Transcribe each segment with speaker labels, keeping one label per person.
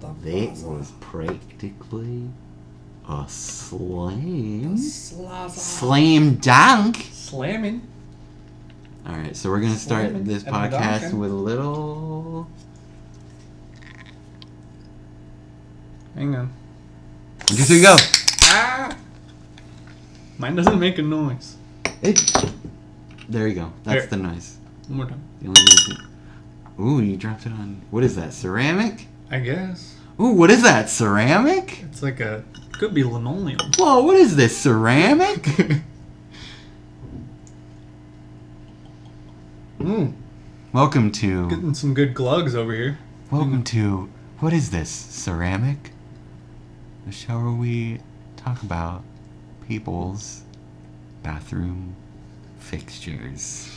Speaker 1: The
Speaker 2: That
Speaker 1: plaza.
Speaker 2: was practically a slam.
Speaker 1: Slaza.
Speaker 2: Slam dunk.
Speaker 3: Slamming.
Speaker 2: All right, so we're gonna start
Speaker 3: Slamming
Speaker 2: this
Speaker 3: and
Speaker 2: podcast
Speaker 3: dunking.
Speaker 2: with a little.
Speaker 3: Hang on.
Speaker 2: Just here you go.
Speaker 3: Ah! Mine doesn't make a noise.
Speaker 2: It. There you go. That's
Speaker 3: Here.
Speaker 2: the noise.
Speaker 3: One more time.
Speaker 2: The only noise that- Ooh, you dropped it on. What is that? Ceramic?
Speaker 3: I guess.
Speaker 2: Ooh, what is that? Ceramic?
Speaker 3: It's like a. Could be linoleum.
Speaker 2: Whoa, what is this? Ceramic?
Speaker 3: Mmm.
Speaker 2: Welcome to.
Speaker 3: Getting some good glugs over here.
Speaker 2: Welcome to. What is this? Ceramic? The show where we talk about people's bathroom fixtures.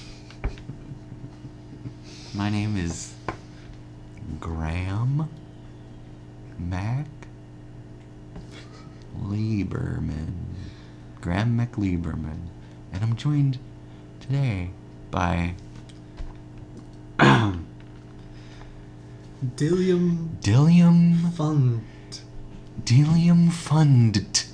Speaker 2: My name is Graham Mac Lieberman. Graham Mac Lieberman. And I'm joined today by
Speaker 3: Dillium
Speaker 2: Dilliam
Speaker 3: Fund.
Speaker 2: Delium Fundit.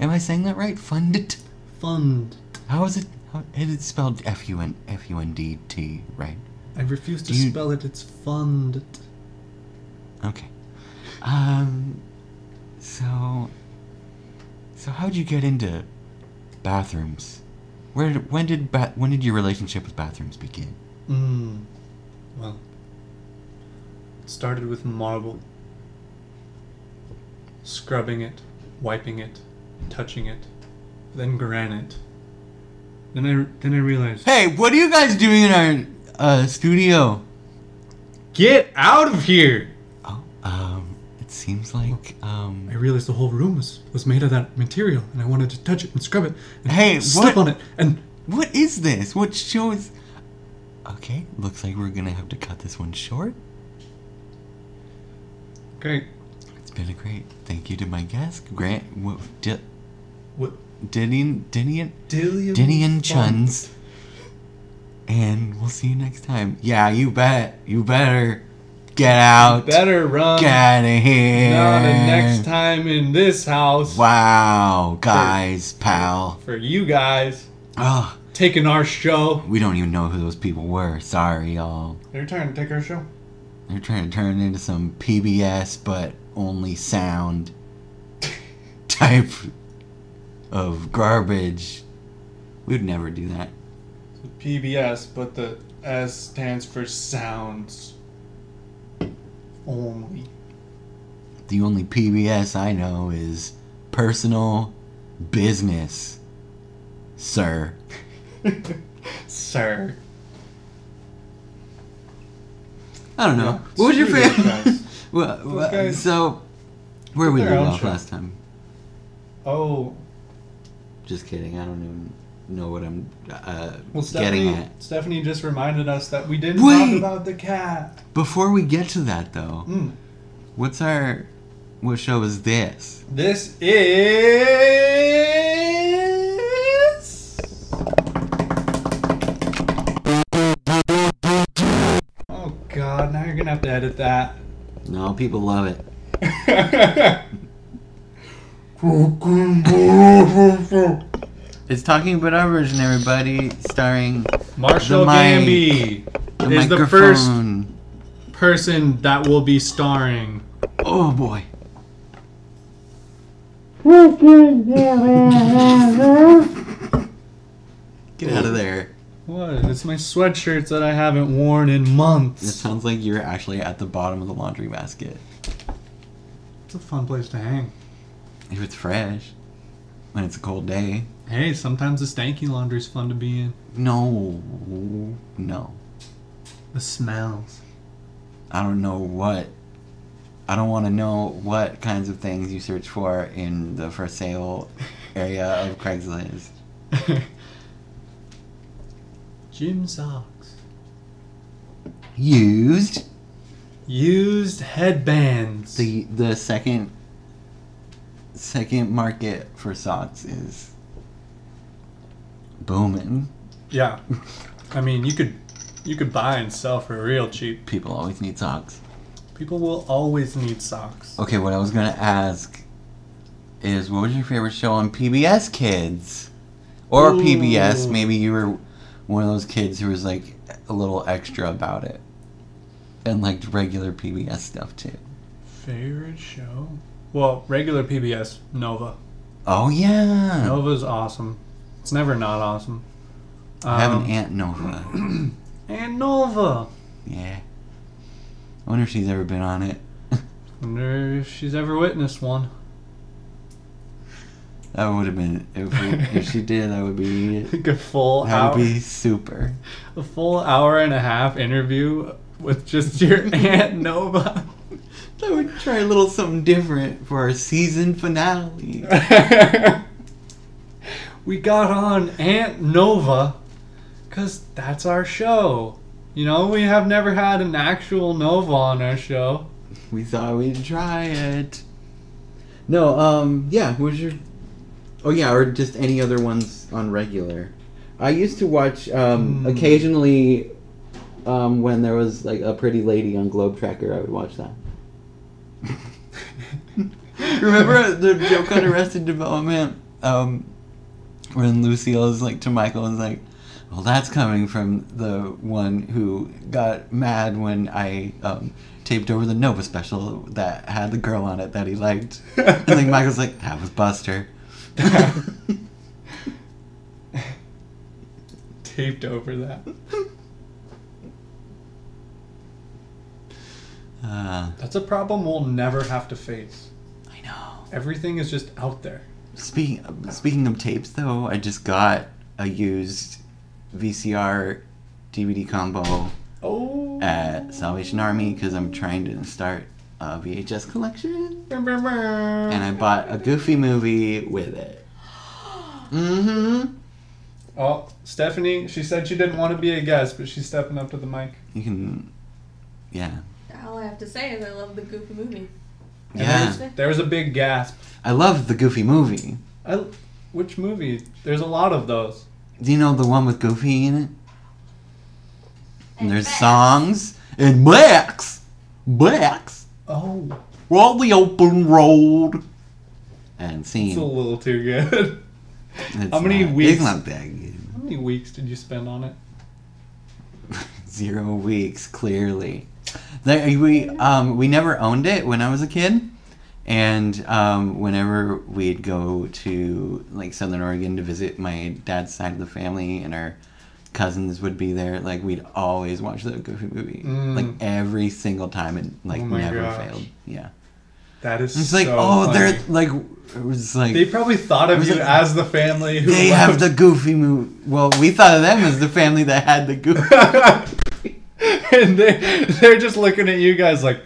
Speaker 2: Am I saying that right? Fundit?
Speaker 3: Fund.
Speaker 2: How is it? How, it is spelled F U N F U N D T, right?
Speaker 3: I refuse to
Speaker 2: Do you-
Speaker 3: spell it. It's fund.
Speaker 2: Okay. Um. So. So how'd you get into bathrooms? Where? did- When did ba- When did your relationship with bathrooms begin?
Speaker 3: Mmm. Well. It started with marble. Scrubbing it, wiping it, touching it, then granite. Then I then I realized.
Speaker 2: Hey, what are you guys doing in our uh, studio?
Speaker 3: Get out of here!
Speaker 2: Oh, um. It seems like um.
Speaker 3: I realized the whole room was, was made of that material, and I wanted to touch it and scrub it and
Speaker 2: Hey,
Speaker 3: step
Speaker 2: what?
Speaker 3: on it. And
Speaker 2: What is this? What show is. Okay, looks like we're gonna have to cut this one short.
Speaker 3: great.
Speaker 2: It's been a great thank you to my guest, Grant Wo- Di-
Speaker 3: What?
Speaker 2: Dinian Dinian
Speaker 3: Dillion.
Speaker 2: Dinian
Speaker 3: Fund.
Speaker 2: Chuns. And we'll see you next time. Yeah, you bet. You better get out.
Speaker 3: Better run.
Speaker 2: Get out of here.
Speaker 3: Now the next time in this house
Speaker 2: Wow, guys, pal.
Speaker 3: for you guys
Speaker 2: Ugh,
Speaker 3: taking our show.
Speaker 2: we don't even know who those people were. Sorry, y'all.
Speaker 3: They're trying to take our show.
Speaker 2: They're trying to turn it into some PBS but only sound type of garbage. We'd never do that.
Speaker 3: The PBS, but the S stands for sounds only.
Speaker 2: The only PBS I know is personal business, sir.
Speaker 3: Sir.
Speaker 2: I don't know.
Speaker 3: Yeah,
Speaker 2: what was your
Speaker 3: screw those
Speaker 2: favorite?
Speaker 3: guys.
Speaker 2: well, well,
Speaker 3: guys
Speaker 2: so, where we
Speaker 3: their
Speaker 2: leave
Speaker 3: own
Speaker 2: off
Speaker 3: show.
Speaker 2: last time?
Speaker 3: Oh,
Speaker 2: Just kidding. I don't even know what I'm uh,
Speaker 3: well,
Speaker 2: getting
Speaker 3: Stephanie,
Speaker 2: at.
Speaker 3: Stephanie just reminded us that we didn't
Speaker 2: Wait.
Speaker 3: talk about the cat.
Speaker 2: Before we get to that, though,
Speaker 3: Mm.
Speaker 2: what's our. What show is this?
Speaker 3: This is. Oh god, now you're gonna have to edit that.
Speaker 2: No, people love it. It's talking about our version, everybody, starring
Speaker 3: Marshall
Speaker 2: The
Speaker 3: Gamby
Speaker 2: mic. the
Speaker 3: is the first
Speaker 2: microphone.
Speaker 3: person that will be starring.
Speaker 2: Oh boy. Get out of there.
Speaker 3: What? It's my sweatshirts that I haven't worn in
Speaker 2: It
Speaker 3: months.
Speaker 2: sounds like you're actually at the bottom of the laundry basket.
Speaker 3: It's a fun place to hang.
Speaker 2: If it's fresh, when it's a cold day.
Speaker 3: Hey, sometimes the stanky laundry's fun to be in.
Speaker 2: No. No.
Speaker 3: The smells.
Speaker 2: I don't know what. I don't want to know what kinds of things you search for in the for sale area of Craigslist.
Speaker 3: Gym socks.
Speaker 2: Used
Speaker 3: Used headbands.
Speaker 2: the the second second market for socks is booming.
Speaker 3: yeah. I mean, you could you could buy and sell for real cheap.
Speaker 2: People always need socks.
Speaker 3: People will always need socks.
Speaker 2: Okay, what I was gonna ask is, what was your favorite show on PBS Kids, or
Speaker 3: Ooh.
Speaker 2: PBS? Maybe you were one of those kids who was like a little extra about it, and liked regular PBS stuff too.
Speaker 3: Favorite show? Well, regular PBS, Nova.
Speaker 2: Oh yeah,
Speaker 3: Nova's awesome. It's never not awesome.
Speaker 2: I have an
Speaker 3: Um,
Speaker 2: aunt Nova.
Speaker 3: Aunt Nova.
Speaker 2: yeah, I wonder if she's ever been on it.
Speaker 3: Wonder if she's ever witnessed one.
Speaker 2: That would have been if, if she did. That would be
Speaker 3: Like a full
Speaker 2: that
Speaker 3: hour,
Speaker 2: would be super.
Speaker 3: a full hour and a half interview with just your Aunt Nova.
Speaker 2: I would try a little something different for our season finale.
Speaker 3: we got on Aunt Nova because that's our show. You know, we have never had an actual Nova on our show.
Speaker 2: We thought we'd try it. No, um, yeah, what was your. Oh, yeah, or just any other ones on regular. I used to watch, um,
Speaker 3: Mm.
Speaker 2: occasionally, um, when there was, like, a pretty lady on Globe Tracker, I would watch that. Remember the joke on Arrested Development? Um, when Lucille is like to Michael and is like, "Well, that's coming from the one who got mad when I um, taped over the Nova special that had the girl on it that he liked." and like Michael's like, "That was Buster."
Speaker 3: Taped over that.
Speaker 2: uh,
Speaker 3: That's a problem we'll never have to face.
Speaker 2: I know.
Speaker 3: Everything is just out there.
Speaker 2: Speaking speaking of tapes, though, I just got a used VCR DVD combo.
Speaker 3: Oh.
Speaker 2: at Salvation Army because I'm trying to start a VHS collection, and I bought a Goofy movie with it. Mm-hmm.
Speaker 3: Oh, Stephanie, she said she didn't want to be a guest, but she's stepping up to the mic.
Speaker 2: You can, yeah,
Speaker 1: All I have to say is I love the Goofy movie.
Speaker 3: And
Speaker 2: yeah.
Speaker 3: there's- There was a big gasp.
Speaker 2: I love the Goofy movie.
Speaker 3: I, which movie? There's a lot of those.
Speaker 2: Do you know the one with Goofy in it? And there's songs and blacks, blacks.
Speaker 3: Oh,
Speaker 2: We're on the open road. And
Speaker 3: it's a
Speaker 2: scene.
Speaker 3: little too good.
Speaker 2: It's
Speaker 3: how many
Speaker 2: not-
Speaker 3: weeks-
Speaker 2: It's not that good.
Speaker 3: How many weeks did you spend on it?
Speaker 2: Zero weeks, clearly. There, we um, we never owned it when I was a kid, and um, whenever we'd go to like Southern Oregon to visit my dad's side of the family, and our cousins would be there, like we'd always watch the Goofy movie,
Speaker 3: Mm.
Speaker 2: like every single time, and like
Speaker 3: Oh my
Speaker 2: never
Speaker 3: gosh.
Speaker 2: failed. Yeah,
Speaker 3: That is
Speaker 2: it's
Speaker 3: so
Speaker 2: like oh, they're
Speaker 3: funny.
Speaker 2: like it was like
Speaker 3: They probably thought of
Speaker 2: Was
Speaker 3: you
Speaker 2: it-
Speaker 3: as the family who
Speaker 2: they have the
Speaker 3: loved-
Speaker 2: Goofy movie. Well, we thought of them as the family that had the Goofy.
Speaker 3: and they they're just looking at you guys like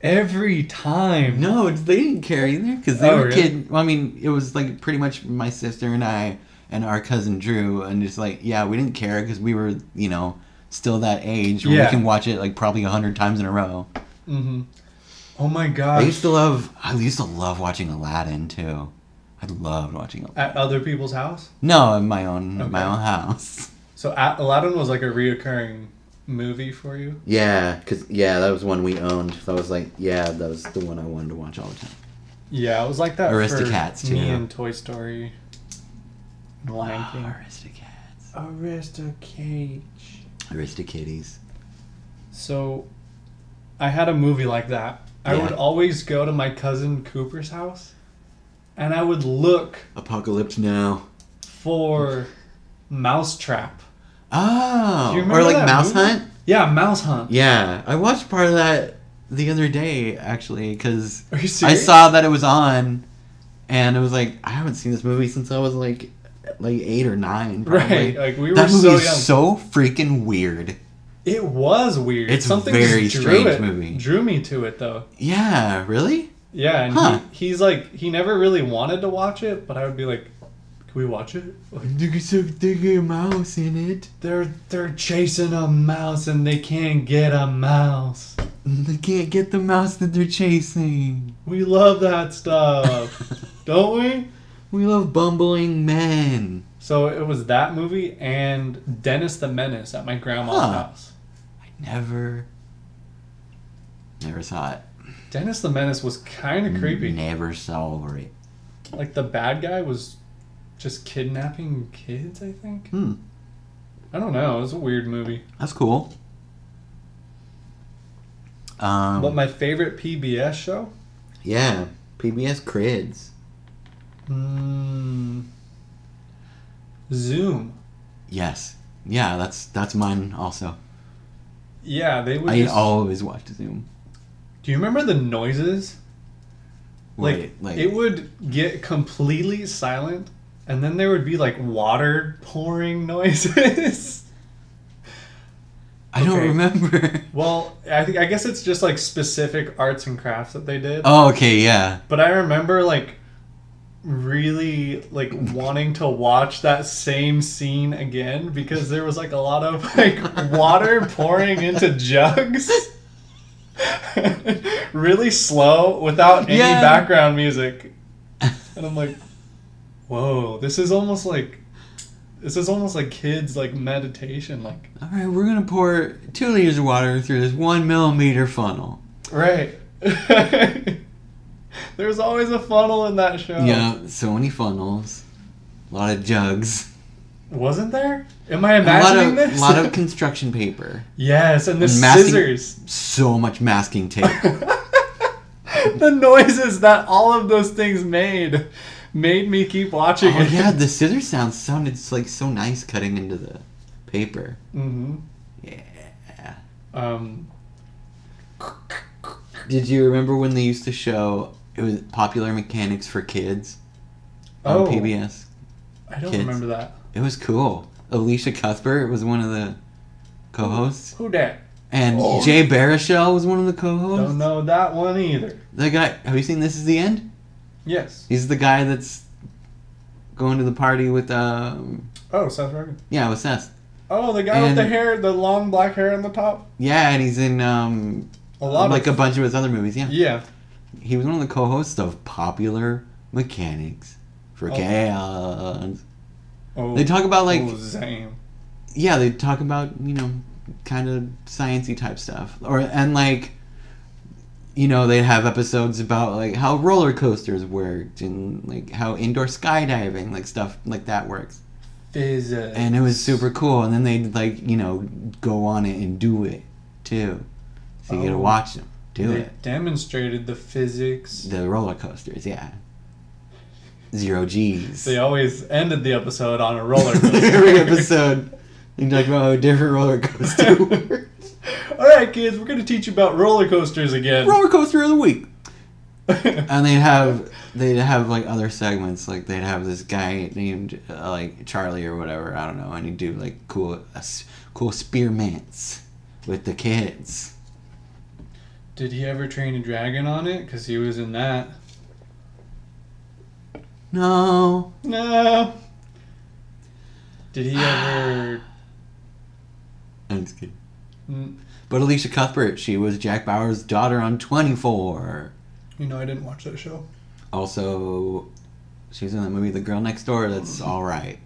Speaker 3: every time.
Speaker 2: No, it's- they didn't care either because they
Speaker 3: Oh,
Speaker 2: were
Speaker 3: really?
Speaker 2: kid. Well, I mean, it was like pretty much my sister and I and our cousin Drew, and just like yeah, we didn't care because we were you know still that age where
Speaker 3: Yeah.
Speaker 2: we can watch it like probably a hundred times in a row.
Speaker 3: hmm Oh my
Speaker 2: I
Speaker 3: gosh!
Speaker 2: used to love. I used to love watching Aladdin too. I loved watching. Aladdin.
Speaker 3: At other people's house.
Speaker 2: No, in my own in my
Speaker 3: Okay.
Speaker 2: own house.
Speaker 3: So at, Aladdin was like a reoccurring movie for you.
Speaker 2: Yeah, cause yeah, that was one we owned. That was like yeah, that was the one I wanted to watch all the time.
Speaker 3: Yeah, it was like that.
Speaker 2: Aristocats,
Speaker 3: for Me
Speaker 2: too.
Speaker 3: and Toy Story. and Lion King.
Speaker 2: Ah, Aristocats,
Speaker 3: Aristocage.
Speaker 2: Aristokitties.
Speaker 3: So, I had a movie like that. I
Speaker 2: Yeah.
Speaker 3: would always go to my cousin Cooper's house, and I would look
Speaker 2: Apocalypse Now.
Speaker 3: for Mousetrap.
Speaker 2: Oh,
Speaker 3: Do you
Speaker 2: or
Speaker 3: remember
Speaker 2: like
Speaker 3: that
Speaker 2: Mouse
Speaker 3: movie?
Speaker 2: Hunt?
Speaker 3: Yeah, Mouse Hunt.
Speaker 2: Yeah, I watched part of that the other day actually because
Speaker 3: Are you
Speaker 2: I
Speaker 3: serious?
Speaker 2: saw that it was on, and it was like I haven't seen this movie since I was like like eight or nine. Probably.
Speaker 3: Right, like we were
Speaker 2: that movie
Speaker 3: so young.
Speaker 2: is so freaking weird.
Speaker 3: It was weird.
Speaker 2: It's
Speaker 3: Something
Speaker 2: very
Speaker 3: just drew
Speaker 2: strange
Speaker 3: it-
Speaker 2: movie.
Speaker 3: Drew me to it though.
Speaker 2: Yeah, really?
Speaker 3: Yeah, and
Speaker 2: Huh.
Speaker 3: he, he's like he never really wanted to watch it, but I would be like, "Can we watch it?" Like,
Speaker 2: a mouse in it.
Speaker 3: they're they're chasing a mouse and they can't get a mouse.
Speaker 2: They can't get the mouse that they're chasing.
Speaker 3: We love that stuff, don't we?
Speaker 2: we love bumbling men.
Speaker 3: So it was that movie and Dennis the Menace at my grandma's
Speaker 2: Huh.
Speaker 3: house.
Speaker 2: Never. Never saw it.
Speaker 3: Dennis the Menace was kind
Speaker 2: Mm.
Speaker 3: of creepy.
Speaker 2: Never saw it.
Speaker 3: Like the bad guy was just kidnapping kids, I think.
Speaker 2: Hmm.
Speaker 3: I don't know. It was a weird movie.
Speaker 2: That's cool. Um,
Speaker 3: But my favorite PBS show?
Speaker 2: yeah, PBS Crids.
Speaker 3: Mm, Zoom.
Speaker 2: Yes. Yeah, that's that's mine also.
Speaker 3: Yeah, they would.
Speaker 2: I
Speaker 3: just-
Speaker 2: always watched Zoom.
Speaker 3: Do you remember the noises? Like,
Speaker 2: Wait, like
Speaker 3: it would get completely silent, and then there would be like water pouring noises.
Speaker 2: I don't
Speaker 3: okay.
Speaker 2: remember.
Speaker 3: well, I think I guess it's just like specific arts and crafts that they did.
Speaker 2: oh, okay, yeah.
Speaker 3: But I remember like really like wanting to watch that same scene again because there was like a lot of like water pouring into jugs. really slow without any
Speaker 2: Yeah.
Speaker 3: background music. And I'm like, "Whoa, this is almost like this is almost like kids like meditation like
Speaker 2: All right, we're gonna pour two liters of water through this one millimeter funnel.
Speaker 3: right. There's always a funnel in that show.
Speaker 2: Yeah, so many funnels, a lot of jugs,
Speaker 3: Wasn't there? Am I
Speaker 2: a lot
Speaker 3: imagining
Speaker 2: of
Speaker 3: this?
Speaker 2: lot of construction paper,
Speaker 3: yes, and the
Speaker 2: And masking-
Speaker 3: scissors.
Speaker 2: so much masking tape.
Speaker 3: the noises that all of those things made made me keep watching
Speaker 2: oh
Speaker 3: it.
Speaker 2: yeah, the scissor sound sounded s- like so nice cutting into the paper.
Speaker 3: hmm
Speaker 2: Yeah.
Speaker 3: Um,
Speaker 2: Did you remember when they used to show it was popular mechanics for kids on
Speaker 3: oh,
Speaker 2: PBS?
Speaker 3: I don't
Speaker 2: Kids.
Speaker 3: remember that.
Speaker 2: It was cool. Alicia Cuthbert was one of the co-hosts,
Speaker 3: Who dat?
Speaker 2: and
Speaker 3: Oh.
Speaker 2: Jay Baruchel was one of the co-hosts.
Speaker 3: Don't know that one either.
Speaker 2: The guy, have you seen This Is the End?
Speaker 3: Yes.
Speaker 2: He's the guy that's going to the party with, um,
Speaker 3: Oh, Seth Rogen.
Speaker 2: yeah, with Seth.
Speaker 3: Oh, the guy with the
Speaker 2: And-
Speaker 3: hair, the long black hair on the top.
Speaker 2: Yeah, and he's in, um,
Speaker 3: A lot
Speaker 2: like a
Speaker 3: of
Speaker 2: bunch of his other movies. Yeah.
Speaker 3: yeah.
Speaker 2: He was one of the co-hosts of Popular Mechanics for
Speaker 3: Oh.
Speaker 2: Kids.
Speaker 3: Oh,
Speaker 2: They talk about like,
Speaker 3: oh, Zame.
Speaker 2: yeah, they talk about you know, kind of sciency type stuff, or and like, you know, they have episodes about like how roller coasters worked and like how indoor skydiving, like stuff like that works.
Speaker 3: Physics.
Speaker 2: and it was super cool. And then they'd like you know go on it and do it too, so you get to
Speaker 3: Oh.
Speaker 2: watch them do
Speaker 3: They
Speaker 2: it.
Speaker 3: demonstrated the physics.
Speaker 2: The roller coasters, yeah. Zero G's.
Speaker 3: They always ended the episode on a roller
Speaker 2: Every
Speaker 3: coaster.
Speaker 2: episode, you talk about how a different roller coaster. works.
Speaker 3: All right, kids, we're gonna teach you about roller coasters again.
Speaker 2: roller coaster of the week. And they'd have they'd have like other segments, like they'd have this guy named uh, like Charlie or whatever, I don't know, and he'd do like cool uh, s- cool spearmints with the kids.
Speaker 3: Did he ever train a dragon on it? Cause he was in that.
Speaker 2: No,
Speaker 3: No. Did he ever?
Speaker 2: I'm just kidding.
Speaker 3: Mm,
Speaker 2: But Alicia Cuthbert, she was Jack Bauer's daughter on 24.
Speaker 3: you know, I didn't watch that show.
Speaker 2: Also, she was in that movie The Girl Next Door. That's
Speaker 3: Mm-hmm.
Speaker 2: all right.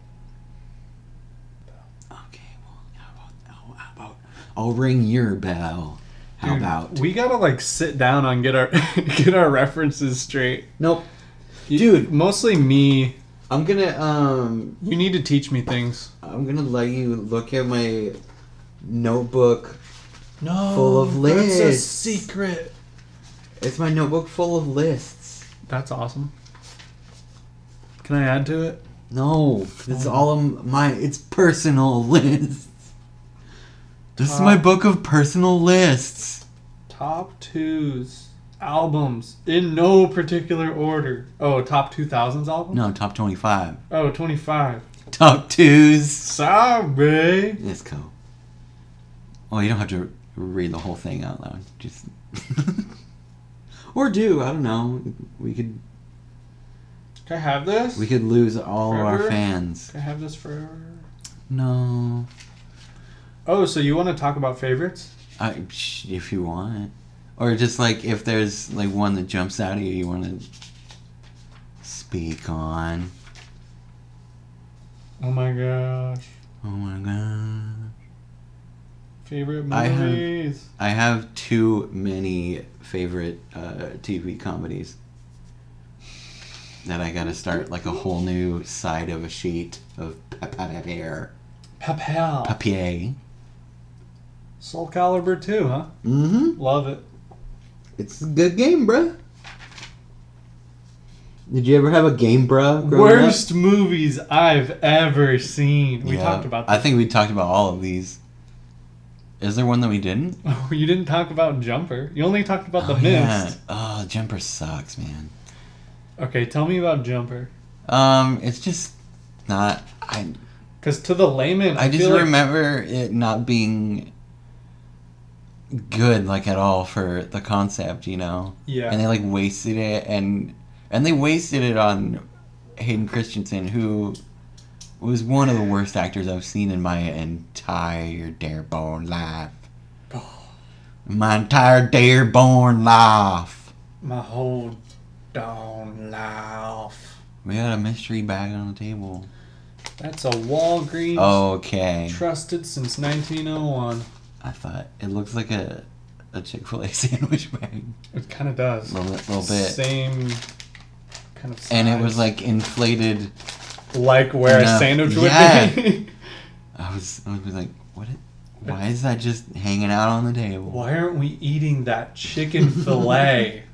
Speaker 2: Okay, well, how about, how, how about I'll ring your bell. How
Speaker 3: Dude,
Speaker 2: about?
Speaker 3: We gotta like sit down and get our get our references straight,
Speaker 2: nope.
Speaker 3: You-
Speaker 2: Dude.
Speaker 3: Mostly me.
Speaker 2: I'm gonna um
Speaker 3: You need to teach me things.
Speaker 2: I'm gonna let you look at my notebook.
Speaker 3: No.
Speaker 2: Full of that's a lists.
Speaker 3: secret.
Speaker 2: It's my notebook full of lists.
Speaker 3: That's awesome. Can I add to it?
Speaker 2: No, it's
Speaker 3: Oh.
Speaker 2: all of my. It's personal lists. This is my
Speaker 3: Top.
Speaker 2: book of personal lists.
Speaker 3: Top twos albums in no particular order. Oh, top 2000s album?
Speaker 2: No, top twenty-five.
Speaker 3: Oh, 25.
Speaker 2: Top twos.
Speaker 3: Sorry.
Speaker 2: Let's go. Oh, you don't have to read the whole thing out loud. Just or do I don't know. We could
Speaker 3: Can I have this?
Speaker 2: we could lose all of our
Speaker 3: Forever?
Speaker 2: fans.
Speaker 3: Can I have this forever?
Speaker 2: No,
Speaker 3: Oh, so you want to talk about favorites?
Speaker 2: I, psh, if you want, or just like if there's like one that jumps out at you, you want to speak on.
Speaker 3: Oh my gosh.
Speaker 2: Oh my god.
Speaker 3: Favorite
Speaker 2: I have-
Speaker 3: movies.
Speaker 2: I have too many favorite uh, TV comedies that I gotta start like a whole new side of a sheet of pa- pa- papier.
Speaker 3: Papal.
Speaker 2: Papier.
Speaker 3: Soul Calibur 2, huh?
Speaker 2: Mm-hmm.
Speaker 3: Love it.
Speaker 2: It's a good game, bruh. Did you ever have a game, bruh? growing up?
Speaker 3: Worst movies I've ever seen. We
Speaker 2: Yeah,
Speaker 3: talked about
Speaker 2: I
Speaker 3: that.
Speaker 2: think we talked about all of these. Is there one that we didn't? Oh,
Speaker 3: Oh, you didn't talk about Jumper. You only talked about The Mist.
Speaker 2: yeah. Oh, Jumper sucks, man.
Speaker 3: Okay, tell me about Jumper.
Speaker 2: Um, it's just not. I
Speaker 3: Because to the layman, I,
Speaker 2: I just
Speaker 3: feel like
Speaker 2: remember it not being good, like at all, for the concept, you know.
Speaker 3: Yeah.
Speaker 2: And they like wasted it, and and they wasted it on Hayden Christensen, who was one of the worst actors I've seen in my entire Dareborn life. My entire Dareborn life.
Speaker 3: my whole down laugh.
Speaker 2: We got a mystery bag on the table.
Speaker 3: That's a Walgreens
Speaker 2: Oh. Okay.
Speaker 3: trusted since 1901.
Speaker 2: I thought it looks like a a Chick Fil A sandwich bag.
Speaker 3: It kind of does.
Speaker 2: A little, bit- little bit.
Speaker 3: Same kind of. Size.
Speaker 2: and it was like inflated.
Speaker 3: like where
Speaker 2: No.
Speaker 3: a sandwich would
Speaker 2: Yeah.
Speaker 3: be.
Speaker 2: I was, I was like, what? It, why is that just hanging out on the table?
Speaker 3: Why aren't we eating that chicken fillet?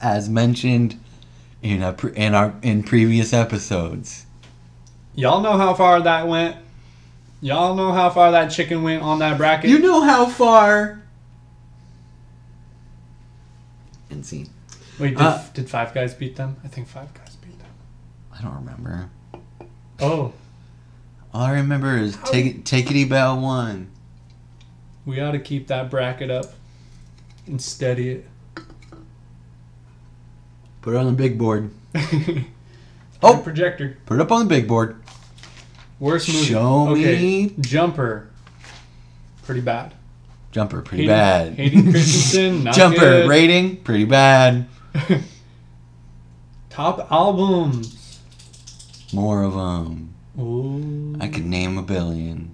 Speaker 2: As mentioned in a pre- in our in previous episodes.
Speaker 3: Y'all know how far that went. Y'all know how far that chicken went on that bracket.
Speaker 2: You know how far. And see,
Speaker 3: Wait, did,
Speaker 2: Uh,
Speaker 3: did Five Guys beat them? I think Five Guys beat them.
Speaker 2: I don't remember.
Speaker 3: Oh,
Speaker 2: All I remember is take Tickety Bell one.
Speaker 3: we ought to keep that bracket up and steady it.
Speaker 2: Put it on the big board.
Speaker 3: oh,
Speaker 2: Oh,
Speaker 3: projector.
Speaker 2: put it up on the big board.
Speaker 3: Worst movie.
Speaker 2: Show
Speaker 3: okay.
Speaker 2: me.
Speaker 3: Jumper. Pretty bad.
Speaker 2: Jumper, pretty
Speaker 3: Hayden-
Speaker 2: bad.
Speaker 3: Hayden Christensen, not
Speaker 2: Jumper
Speaker 3: good.
Speaker 2: rating, pretty bad.
Speaker 3: Top albums.
Speaker 2: More of um, them.
Speaker 3: Ooh.
Speaker 2: I could name a billion.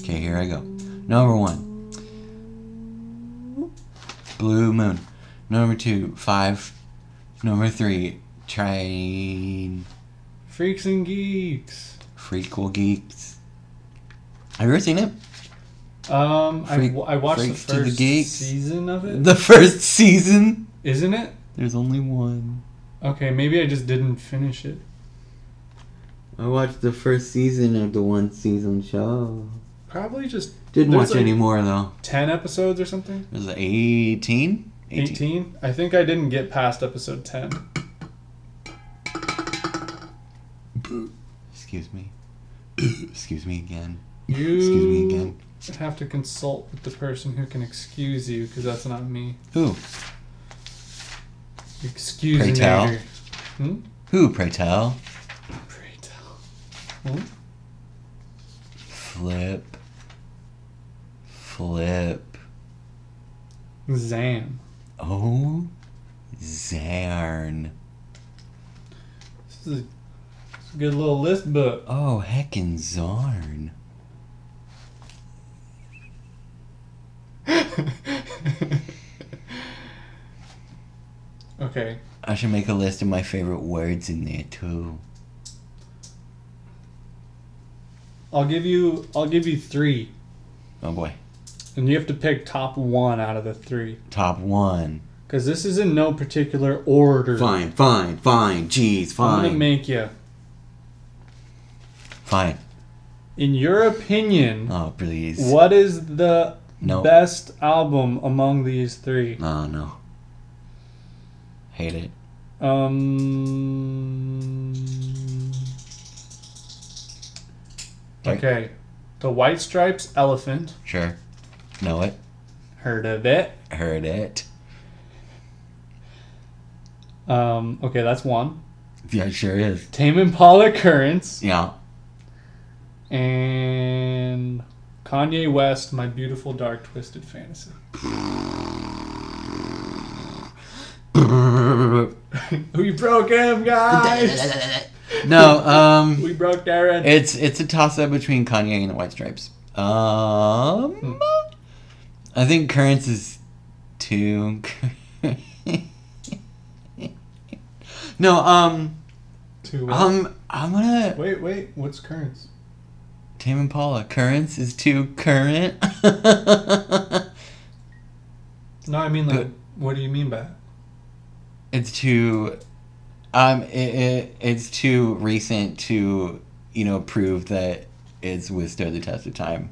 Speaker 2: Okay, here I go. Number one, Blue Moon. Number two, Five. Number three, Train.
Speaker 3: Freaks and Geeks.
Speaker 2: Frequel Geeks. Have you ever seen it?
Speaker 3: Um, I,
Speaker 2: Freak-
Speaker 3: w- I watched the
Speaker 2: Freaks to the
Speaker 3: first
Speaker 2: Geeks.
Speaker 3: season of it.
Speaker 2: The first season.
Speaker 3: Isn't it?
Speaker 2: There's only one.
Speaker 3: Okay, maybe I just didn't finish it.
Speaker 2: I watched the first season of the one season show.
Speaker 3: Probably just
Speaker 2: Didn't
Speaker 3: There's
Speaker 2: watch
Speaker 3: like-
Speaker 2: any more though.
Speaker 3: 10 episodes or something.
Speaker 2: There's 18?
Speaker 3: 18. I think I didn't get past episode 10.
Speaker 2: Excuse me. Excuse me again.
Speaker 3: You
Speaker 2: Excuse me again.
Speaker 3: have to consult with the person who can excuse you because that's not me.
Speaker 2: Who?
Speaker 3: Excuse
Speaker 2: Pray
Speaker 3: me.
Speaker 2: tell.
Speaker 3: Hmm?
Speaker 2: Who, pray tell?
Speaker 3: Pray tell.
Speaker 2: Flip. Flip.
Speaker 3: Zam.
Speaker 2: Oh. Zarn.
Speaker 3: This is a, it's a good little list book.
Speaker 2: Oh, heckin' Zarn.
Speaker 3: okay.
Speaker 2: I should make a list of my favorite words in there, too.
Speaker 3: I'll give you I'll give you 3
Speaker 2: Oh boy.
Speaker 3: and you have to pick top 1 out of the 3
Speaker 2: Top one.
Speaker 3: cuz this is in no particular order.
Speaker 2: Fine, fine, fine. Jeez,
Speaker 3: I'm going to
Speaker 2: fine.
Speaker 3: make you.
Speaker 2: fine.
Speaker 3: In your opinion,
Speaker 2: Oh, please.
Speaker 3: what is the
Speaker 2: No.
Speaker 3: best album among these 3?
Speaker 2: Oh, no. Hate it.
Speaker 3: Um
Speaker 2: Sorry.
Speaker 3: Okay. The White Stripes Elephant.
Speaker 2: Sure. Know it.
Speaker 3: Heard of it.
Speaker 2: Heard it.
Speaker 3: Um, okay, that's one.
Speaker 2: Yeah, it sure is.
Speaker 3: Tame Impala Currents.
Speaker 2: Yeah.
Speaker 3: And Kanye West, My Beautiful Dark Twisted Fantasy. We broke him, guys!
Speaker 2: No, um,
Speaker 3: We broke Darren.
Speaker 2: It's it's a toss up between Kanye and the White Stripes. Um, I think Currents is two. no, um,
Speaker 3: Two.
Speaker 2: um, I'm gonna
Speaker 3: wait, wait. What's currents?
Speaker 2: Tame Impala. Currents is too current.
Speaker 3: No, I mean like.
Speaker 2: But-
Speaker 3: what do you mean by? that?
Speaker 2: it's too, um, it, it it's too recent to you know prove that it's withstood the test of time.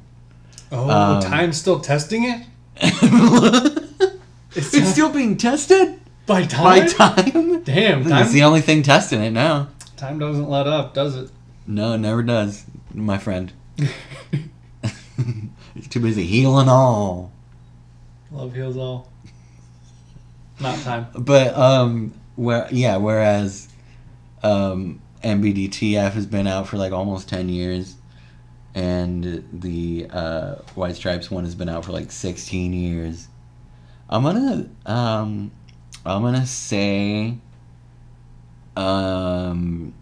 Speaker 3: Oh,
Speaker 2: Um,
Speaker 3: time's still testing it.
Speaker 2: it's,
Speaker 3: not-
Speaker 2: still being tested
Speaker 3: by time.
Speaker 2: by time.
Speaker 3: Damn,
Speaker 2: That's
Speaker 3: time,
Speaker 2: the only thing testing it now.
Speaker 3: time doesn't let up, does it?
Speaker 2: No, it never does, my friend. He's too busy healing all.
Speaker 3: Love heals all. Not time.
Speaker 2: But um, where yeah, whereas um, MBDTF has been out for like almost ten years, and the uh, White Stripes one has been out for like sixteen years. I'm gonna um, I'm gonna say um.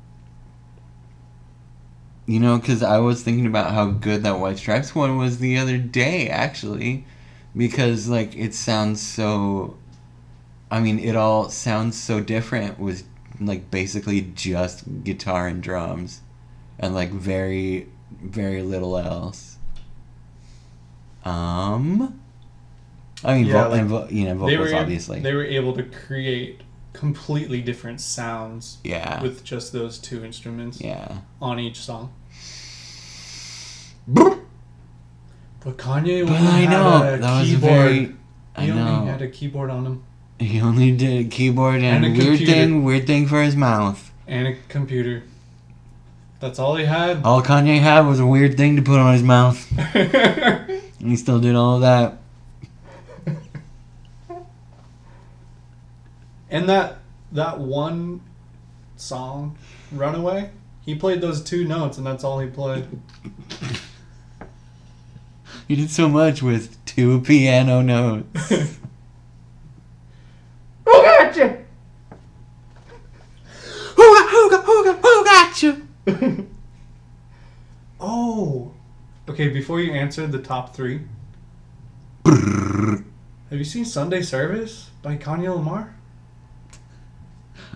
Speaker 2: You know, because I was thinking about how good that White Stripes one was the other day, actually, because like it sounds so I mean, it all sounds so different with like basically just guitar and drums and like very very little else. Um I mean,
Speaker 3: Yeah,
Speaker 2: vo-
Speaker 3: like,
Speaker 2: and vo- you know, vocals
Speaker 3: They were,
Speaker 2: obviously.
Speaker 3: they were able to create completely different sounds
Speaker 2: yeah.
Speaker 3: with just those two instruments
Speaker 2: yeah.
Speaker 3: on each song. But Kanye
Speaker 2: But
Speaker 3: only
Speaker 2: I
Speaker 3: had
Speaker 2: know
Speaker 3: a
Speaker 2: that was a
Speaker 3: keyboard.
Speaker 2: very I
Speaker 3: he only
Speaker 2: know.
Speaker 3: had a keyboard on him
Speaker 2: He only did a keyboard and,
Speaker 3: And a
Speaker 2: a weird
Speaker 3: computer.
Speaker 2: thing, weird thing for his mouth.
Speaker 3: and a computer. That's all he had.
Speaker 2: All Kanye had was a weird thing to put on his mouth.
Speaker 3: That's
Speaker 2: And he still did all of that.
Speaker 3: And that that one song, Runaway, he played those two notes and that's all he played.
Speaker 2: He did so much with two piano notes.
Speaker 3: Who got you?
Speaker 2: Who got, who got, who got, who got you?
Speaker 3: oh. Okay, before you answer the top three, have you seen Sunday Service by Kanye Lamar?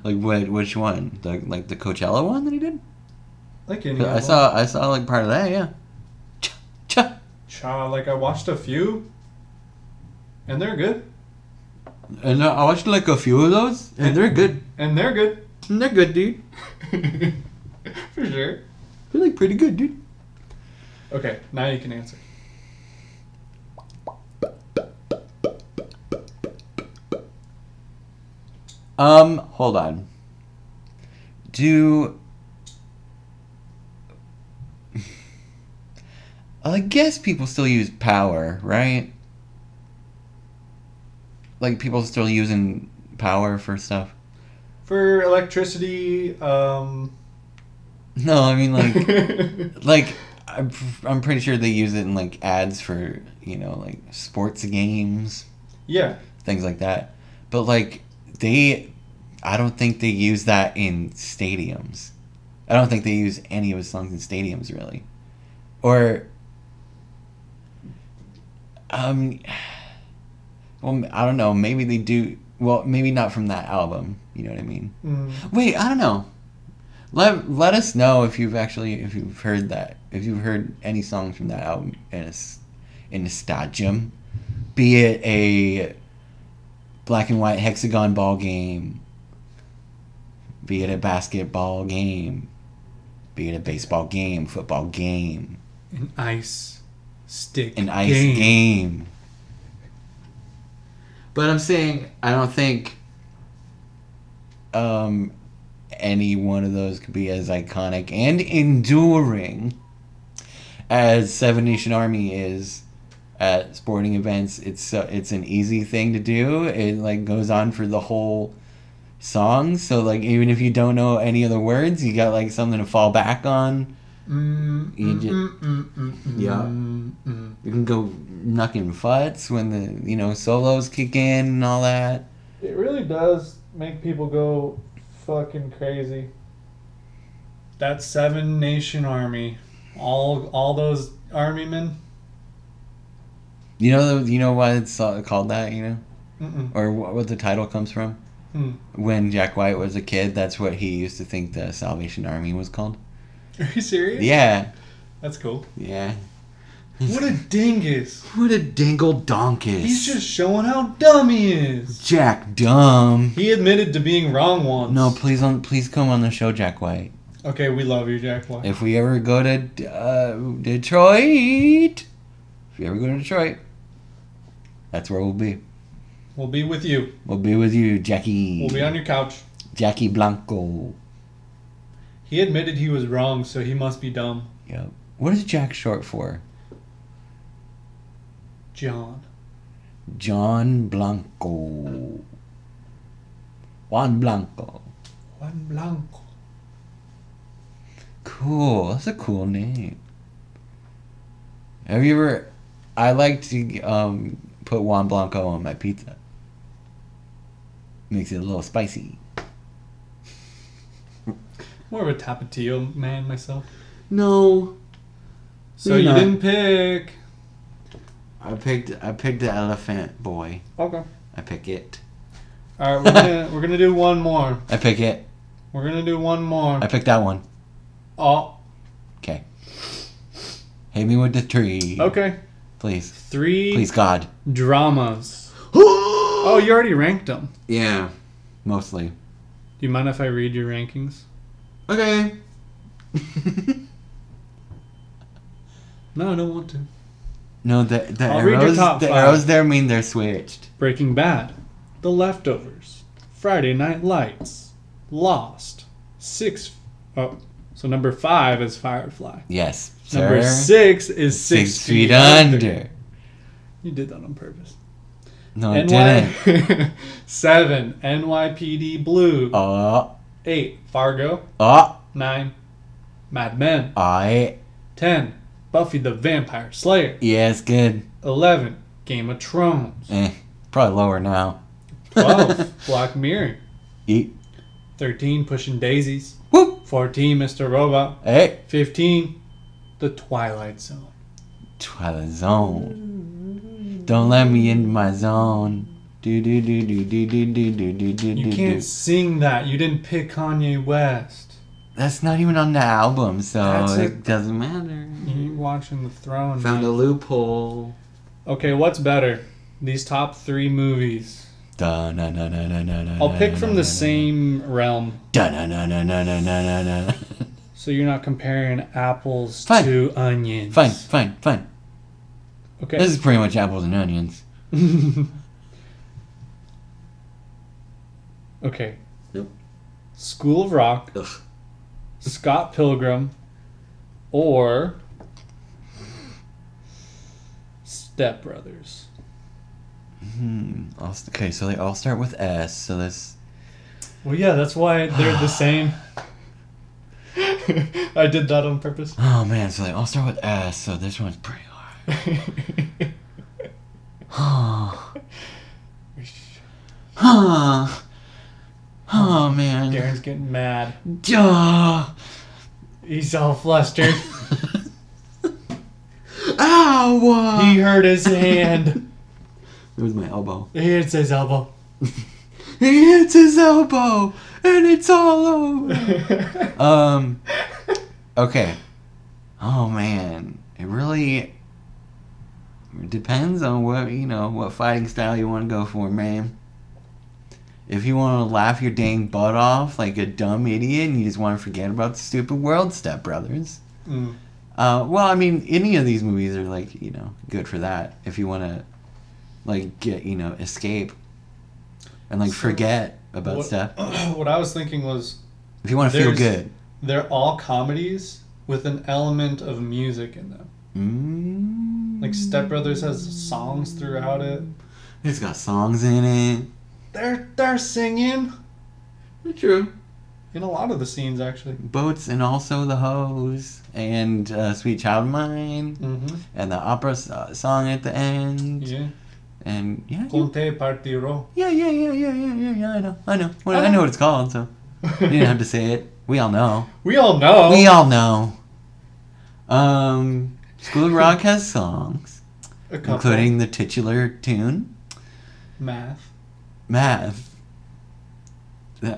Speaker 2: Like what? Which one? The like the Coachella one that he did?
Speaker 3: Like any
Speaker 2: I
Speaker 3: of them.
Speaker 2: saw I saw like part of that. Yeah. Cha cha.
Speaker 3: Cha, like I watched a few, and they're good.
Speaker 2: And uh, I watched like a few of those, and they're good.
Speaker 3: And they're good.
Speaker 2: And they're good, dude.
Speaker 3: For sure.
Speaker 2: They're like pretty good, dude.
Speaker 3: Okay, now you can answer.
Speaker 2: Um, hold on. Do I guess people still use power, right? Like people still using power for stuff.
Speaker 3: For electricity, um.
Speaker 2: No, I mean like like I'm, I'm pretty sure they use it in like ads for, you know, like sports games,
Speaker 3: yeah.
Speaker 2: things like that. But like they I don't think they use that in stadiums. I don't think they use any of his songs in stadiums really. Or um well I don't know, maybe they do well, maybe not from that album, you know what I mean?
Speaker 3: Mm.
Speaker 2: Wait, I don't know. Let let us know if you've actually if you've heard that if you've heard any songs from that album in a s- in a stadium, be it a black and white hexagon ball game, be it a basketball game, be it a baseball game, football game,
Speaker 3: An ice stick.
Speaker 2: an ice game. But I'm saying I don't think um, any one of those could be as iconic and enduring as Seven Nation Army is at sporting events. It's so it's an easy thing to do. It like goes on for the whole song. So like even if you don't know any of the words, you got like something to fall back on.
Speaker 3: Mm,
Speaker 2: You
Speaker 3: mm,
Speaker 2: ju-
Speaker 3: mm, mm, mm, mm,
Speaker 2: Yeah.
Speaker 3: mm, mm.
Speaker 2: You can go knucking futs when the you know solos kick in and all that.
Speaker 3: It really does make people go fucking crazy. that seven nation army, all all those army men.
Speaker 2: You know, you know why it's uh, called that. You know,
Speaker 3: Mm-mm.
Speaker 2: or wh- what the title comes from.
Speaker 3: Hmm.
Speaker 2: When Jack White was a kid, that's what he used to think the Salvation Army was called.
Speaker 3: Are you serious?
Speaker 2: Yeah,
Speaker 3: That's cool.
Speaker 2: yeah.
Speaker 3: What a dingus!
Speaker 2: What a dingle donkus.
Speaker 3: He's just showing how dumb he is.
Speaker 2: Jack dumb.
Speaker 3: He admitted to being wrong once.
Speaker 2: No, please on, please come on the show, Jack White.
Speaker 3: Okay, we love you, Jack White.
Speaker 2: If we ever go to uh, Detroit, if we ever go to Detroit, that's where we'll be.
Speaker 3: We'll be with you.
Speaker 2: We'll be with you, Jackie.
Speaker 3: We'll be on your couch.
Speaker 2: Jackie Blanco.
Speaker 3: He admitted he was wrong, so he must be dumb.
Speaker 2: Yep. What is Jack short for?
Speaker 3: John.
Speaker 2: John Blanco. Juan Blanco.
Speaker 3: Juan Blanco.
Speaker 2: Cool. That's a cool name. Have you ever? I like to um, put Juan Blanco on my pizza. Makes it a little spicy.
Speaker 3: More of a tapatio man myself.
Speaker 2: No,
Speaker 3: So
Speaker 2: You're
Speaker 3: you
Speaker 2: not.
Speaker 3: didn't pick.
Speaker 2: I picked. I picked the elephant boy.
Speaker 3: Okay.
Speaker 2: I pick it.
Speaker 3: All right, we're gonna we're gonna do one more.
Speaker 2: I pick it.
Speaker 3: We're gonna do one more.
Speaker 2: I pick that one.
Speaker 3: Oh,
Speaker 2: Okay. Hit me with the tree,
Speaker 3: okay.
Speaker 2: please.
Speaker 3: Three
Speaker 2: Please, God.
Speaker 3: dramas. Oh,
Speaker 2: oh
Speaker 3: you already ranked them.
Speaker 2: yeah. Mostly.
Speaker 3: Do you mind if I read your rankings?
Speaker 2: Okay.
Speaker 3: No, I don't want to.
Speaker 2: no, the the
Speaker 3: I'll read your
Speaker 2: arrows.
Speaker 3: top
Speaker 2: The
Speaker 3: five.
Speaker 2: arrows there mean they're switched.
Speaker 3: Breaking Bad, The Leftovers, Friday Night Lights, Lost, Six. Oh, so number five is Firefly.
Speaker 2: Yes.
Speaker 3: Number
Speaker 2: sir.
Speaker 3: six is Six,
Speaker 2: Six feet under.
Speaker 3: You did that on purpose.
Speaker 2: No, I
Speaker 3: NY
Speaker 2: didn't.
Speaker 3: seven NYPD Blue.
Speaker 2: Uh,
Speaker 3: Eight Fargo.
Speaker 2: uh,
Speaker 3: Nine Mad Men.
Speaker 2: I.
Speaker 3: Ten Buffy the Vampire Slayer.
Speaker 2: Yeah, it's good.
Speaker 3: Eleven Game of Thrones.
Speaker 2: Eh, probably lower now.
Speaker 3: Twelve Black Mirror.
Speaker 2: Eat.
Speaker 3: Thirteen Pushing Daisies.
Speaker 2: Whoop.
Speaker 3: Fourteen Mr. Robot.
Speaker 2: Hey.
Speaker 3: Fifteen The Twilight Zone.
Speaker 2: Twilight Zone. Don't let me in my zone. Do do do do do do do do do do
Speaker 3: You
Speaker 2: do.
Speaker 3: can't
Speaker 2: do.
Speaker 3: sing that. You didn't pick Kanye West.
Speaker 2: That's not even on the album, so
Speaker 3: That's Mm-hmm.
Speaker 2: it
Speaker 3: it.
Speaker 2: doesn't matter.
Speaker 3: You watching the throne.
Speaker 2: Found a
Speaker 3: man.
Speaker 2: loophole.
Speaker 3: Okay, what's better? These top three movies.
Speaker 2: Da na na na na na na.
Speaker 3: I'll pick from the same realm,
Speaker 2: Da na na na na na na na na.
Speaker 3: so you're not comparing apples
Speaker 2: Fine.
Speaker 3: to onions.
Speaker 2: Fine, fine, fine.
Speaker 3: Okay.
Speaker 2: This is pretty much apples and onions.
Speaker 3: okay.
Speaker 2: Nope.
Speaker 3: School of Rock,
Speaker 2: Ugh.
Speaker 3: Scott Pilgrim, or Step Brothers.
Speaker 2: Hmm. I'll s- Okay, so they all start with S. So this.
Speaker 3: Well, yeah, that's why they're the same. I did that on purpose.
Speaker 2: Oh man, so they all start with S. So this one's pretty hard. Oh. Huh. Oh man.
Speaker 3: Darren's getting mad.
Speaker 2: Duh.
Speaker 3: He's all flustered.
Speaker 2: Ow!
Speaker 3: he hurt his hand.
Speaker 2: It was my elbow.
Speaker 3: He hits his elbow.
Speaker 2: He hits his elbow, and it's all over. um. Okay. Oh man, it really depends on what you know, what fighting style you want to go for, man. If you want to laugh your dang butt off like a dumb idiot, and you just want to forget about the stupid world, Step Brothers.
Speaker 3: Mm.
Speaker 2: Uh, well, I mean, any of these movies are like you know good for that. If you want to, like, get you know escape, and like forget about
Speaker 3: What-
Speaker 2: stuff.
Speaker 3: what I was thinking was
Speaker 2: If you want to feel
Speaker 3: there's-
Speaker 2: good.
Speaker 3: they're all comedies with an element of music in them.
Speaker 2: Mm.
Speaker 3: Like Step Brothers has songs throughout it.
Speaker 2: It's got songs in it.
Speaker 3: They're they're singing
Speaker 2: True.
Speaker 3: in a lot of the scenes actually.
Speaker 2: Boats and also the hose and uh, Sweet Child of Mine
Speaker 3: Mm-hmm.
Speaker 2: and the opera s- uh, song at the end
Speaker 3: Yeah.
Speaker 2: and yeah you-
Speaker 3: Con te partiro.
Speaker 2: yeah yeah yeah yeah yeah yeah yeah I know I know well, I know what it's called so you didn't have to say it We all know.
Speaker 3: We all know.
Speaker 2: We all know. Um, School of Rock has songs,
Speaker 3: A couple.
Speaker 2: including the titular tune
Speaker 3: math.
Speaker 2: Math.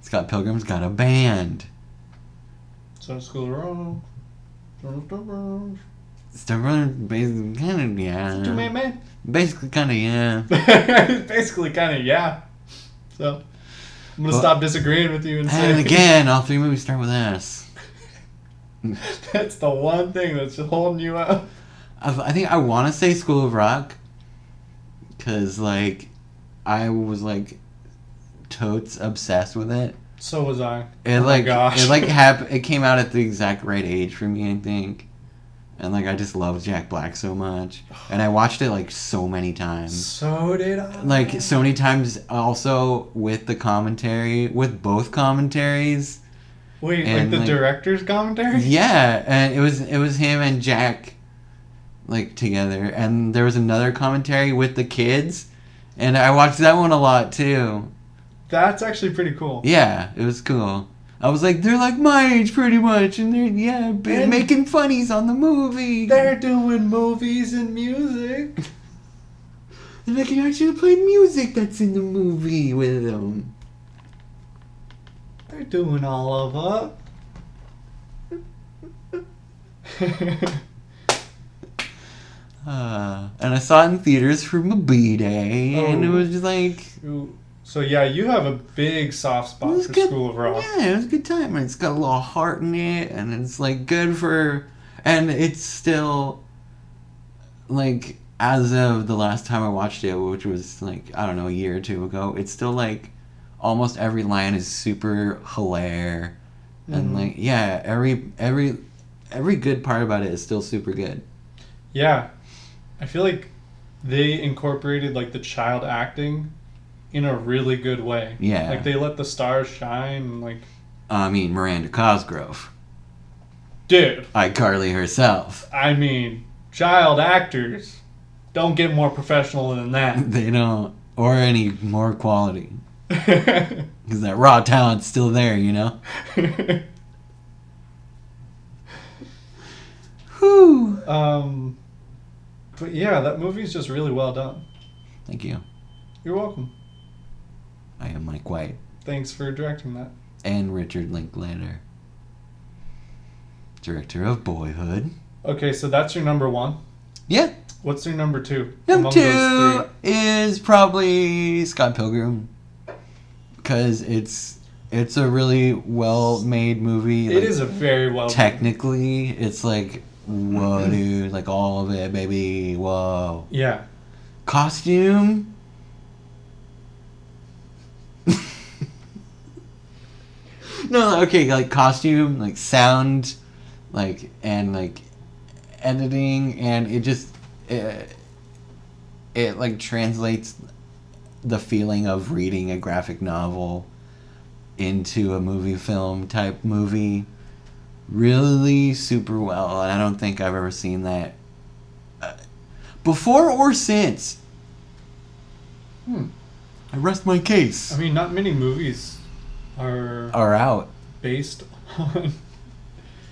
Speaker 2: Scott Pilgrim's got a band.
Speaker 3: So school roll.
Speaker 2: Uh. Stubborn, basically, kind of,
Speaker 3: Too many
Speaker 2: yeah.
Speaker 3: man.
Speaker 2: Basically, kind of, yeah.
Speaker 3: Basically, kind of yeah. So I'm gonna
Speaker 2: Well-
Speaker 3: stop disagreeing with you and say
Speaker 2: And again, all three movies start with S.
Speaker 3: that's the one thing that's holding you up.
Speaker 2: I've- I think I want to say School of Rock, because, like, I was, like, totes obsessed with it.
Speaker 3: So was I.
Speaker 2: It,
Speaker 3: Oh my
Speaker 2: like,
Speaker 3: gosh.
Speaker 2: it, like, hap- it came out at the exact right age for me, I think. And, like, I just love Jack Black so much. And I watched it, like, so many times.
Speaker 3: So did I.
Speaker 2: Like, so many times also with the commentary, with both commentaries.
Speaker 3: wait, like
Speaker 2: and,
Speaker 3: the
Speaker 2: like-
Speaker 3: director's commentary.
Speaker 2: Yeah, and it was it was him and Jack, like together, and there was another commentary with the kids, and I watched that one a lot too.
Speaker 3: That's actually pretty cool.
Speaker 2: Yeah, it was cool. I was like, they're like my age pretty much, and they're yeah b-
Speaker 3: And-
Speaker 2: making funnies on the movie.
Speaker 3: They're doing movies and music.
Speaker 2: And I can actually play music that's in the movie with them.
Speaker 3: They're doing all of up.
Speaker 2: Uh, and I saw it in theaters for my B day, and it
Speaker 3: Oh.
Speaker 2: was just like.
Speaker 3: so yeah, you have a big soft spot
Speaker 2: was
Speaker 3: for
Speaker 2: good-
Speaker 3: School of Rock.
Speaker 2: Yeah, it was a good time. And it's got a little heart in it, and it's like good for. And it's still, like, as of the last time I watched it, which was like I don't know a year or two ago, it's still like almost every line is super hilaire, and
Speaker 3: Mhm.
Speaker 2: like yeah, every every every good part about it is still super good.
Speaker 3: Yeah. I feel like they incorporated like the child acting in a really good way.
Speaker 2: Yeah.
Speaker 3: Like they let the stars shine and like
Speaker 2: I mean Miranda Cosgrove,
Speaker 3: dude,
Speaker 2: iCarly herself.
Speaker 3: I mean, child actors don't get more professional than
Speaker 2: They don't or any more quality
Speaker 3: that.
Speaker 2: because that raw talent's still there, you know. Whew.
Speaker 3: um but yeah, that movie's just really well done.
Speaker 2: Thank you.
Speaker 3: You're welcome.
Speaker 2: I am Mike White
Speaker 3: Thanks for directing that.
Speaker 2: and Richard Linklater, director of Boyhood.
Speaker 3: Okay, so that's your number one.
Speaker 2: Yeah.
Speaker 3: What's your number two?
Speaker 2: Number
Speaker 3: among those
Speaker 2: two
Speaker 3: three?
Speaker 2: is probably Scott Pilgrim because it's it's a really well made movie.
Speaker 3: It is a very well
Speaker 2: technically it's like
Speaker 3: Mm-hmm.
Speaker 2: whoa, dude, like all of it, baby, whoa.
Speaker 3: Yeah.
Speaker 2: Costume. no, okay, like costume, like sound, like and like editing, and it just it, it like translates the feeling of reading a graphic novel into a movie film type movie really super well and i don't think i've ever seen that uh, before or since
Speaker 3: Hmm.
Speaker 2: i rest my
Speaker 3: I
Speaker 2: case
Speaker 3: mean, not many movies are
Speaker 2: are out
Speaker 3: based on.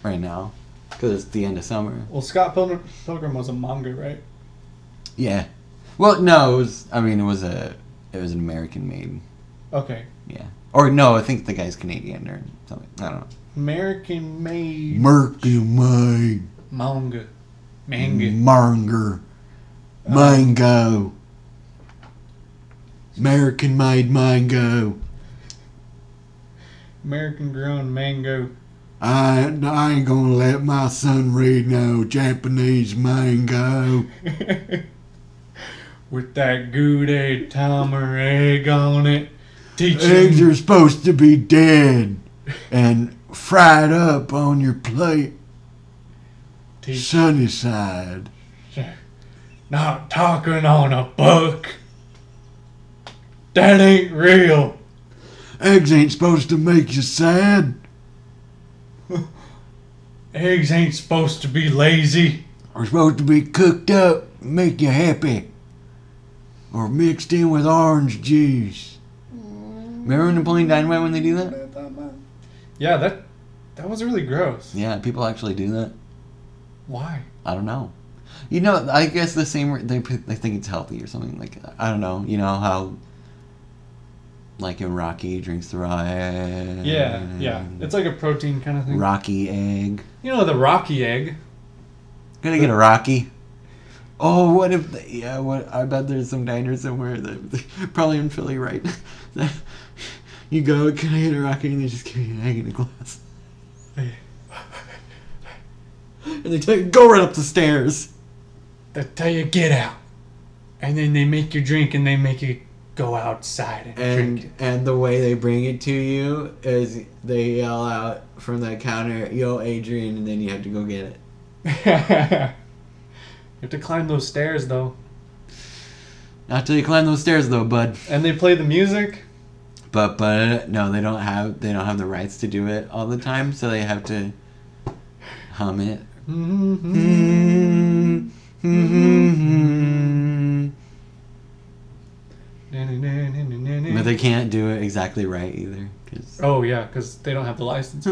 Speaker 2: right now because it's the end of summer
Speaker 3: Well, Scott Pilgrim, Pilgrim was a manga, right?
Speaker 2: yeah well no it was i mean it was a it was an american made
Speaker 3: Okay.
Speaker 2: yeah or no i think the guy's canadian or something i don't know
Speaker 3: American made
Speaker 2: American made
Speaker 3: manga. Manga.
Speaker 2: Manga. Uh, Mango. American made mango.
Speaker 3: American grown mango.
Speaker 2: I, I ain't gonna let my son read no Japanese mango.
Speaker 3: With that Gouda Tomer egg on it. Teaching.
Speaker 2: Eggs are supposed to be dead and fried up on your plate,
Speaker 3: teach-
Speaker 2: sunny side.
Speaker 3: not talking on a book. That ain't real.
Speaker 2: Eggs ain't supposed to make you sad.
Speaker 3: Eggs ain't supposed to be lazy.
Speaker 2: are supposed to be cooked up, make you happy, or mixed in with orange juice. Remember in Napoleon Dynamite when they do that?
Speaker 3: Yeah, that that was really gross.
Speaker 2: Yeah, people actually do that.
Speaker 3: Why?
Speaker 2: I don't know. You know, I guess the same. re- They put- they think it's healthy or something. Like I don't know. You know how, like in Rocky, he drinks the raw egg.
Speaker 3: Yeah, yeah. It's like a protein kind of thing.
Speaker 2: Rocky egg.
Speaker 3: You know the Rocky egg.
Speaker 2: Gonna get a Rocky. Oh, what if? They, yeah, what? I bet there's some diner somewhere that probably in Philly, right? that you go, can I get a Rocky? And they just give you an egg in a glass, and they tell you go right up the stairs.
Speaker 3: They tell you get out, and then they make you drink, and they make you go outside and, drink.
Speaker 2: And
Speaker 3: it.
Speaker 2: and the way they bring it to you is they yell out from that counter, "Yo, Adrian!" and then you have to go get it.
Speaker 3: you have to climb those stairs though,
Speaker 2: Not till you climb those stairs, though, bud.
Speaker 3: and they play the music.
Speaker 2: But but no, they don't have they don't have the rights to do it all the time, so they have to hum it. Hmm.
Speaker 3: Mm-hmm.
Speaker 2: But they can't do it exactly right either, 'cause-
Speaker 3: Oh yeah, because they don't have the license.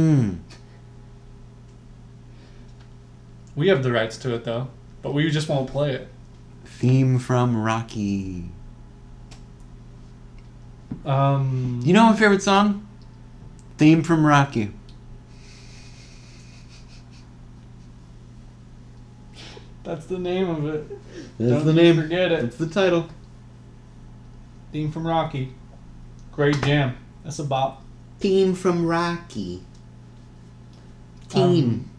Speaker 3: Mm-hmm. Hmm. we have the rights to it though, but we just won't play it.
Speaker 2: Theme from Rocky.
Speaker 3: Um,
Speaker 2: You know my favorite song? Theme from Rocky.
Speaker 3: that's the name of it.
Speaker 2: That's
Speaker 3: Don't
Speaker 2: the
Speaker 3: you
Speaker 2: name.
Speaker 3: forget it.
Speaker 2: That's the title.
Speaker 3: Theme from Rocky. Great jam. That's a bop.
Speaker 2: Theme from Rocky. Theme.
Speaker 3: Um,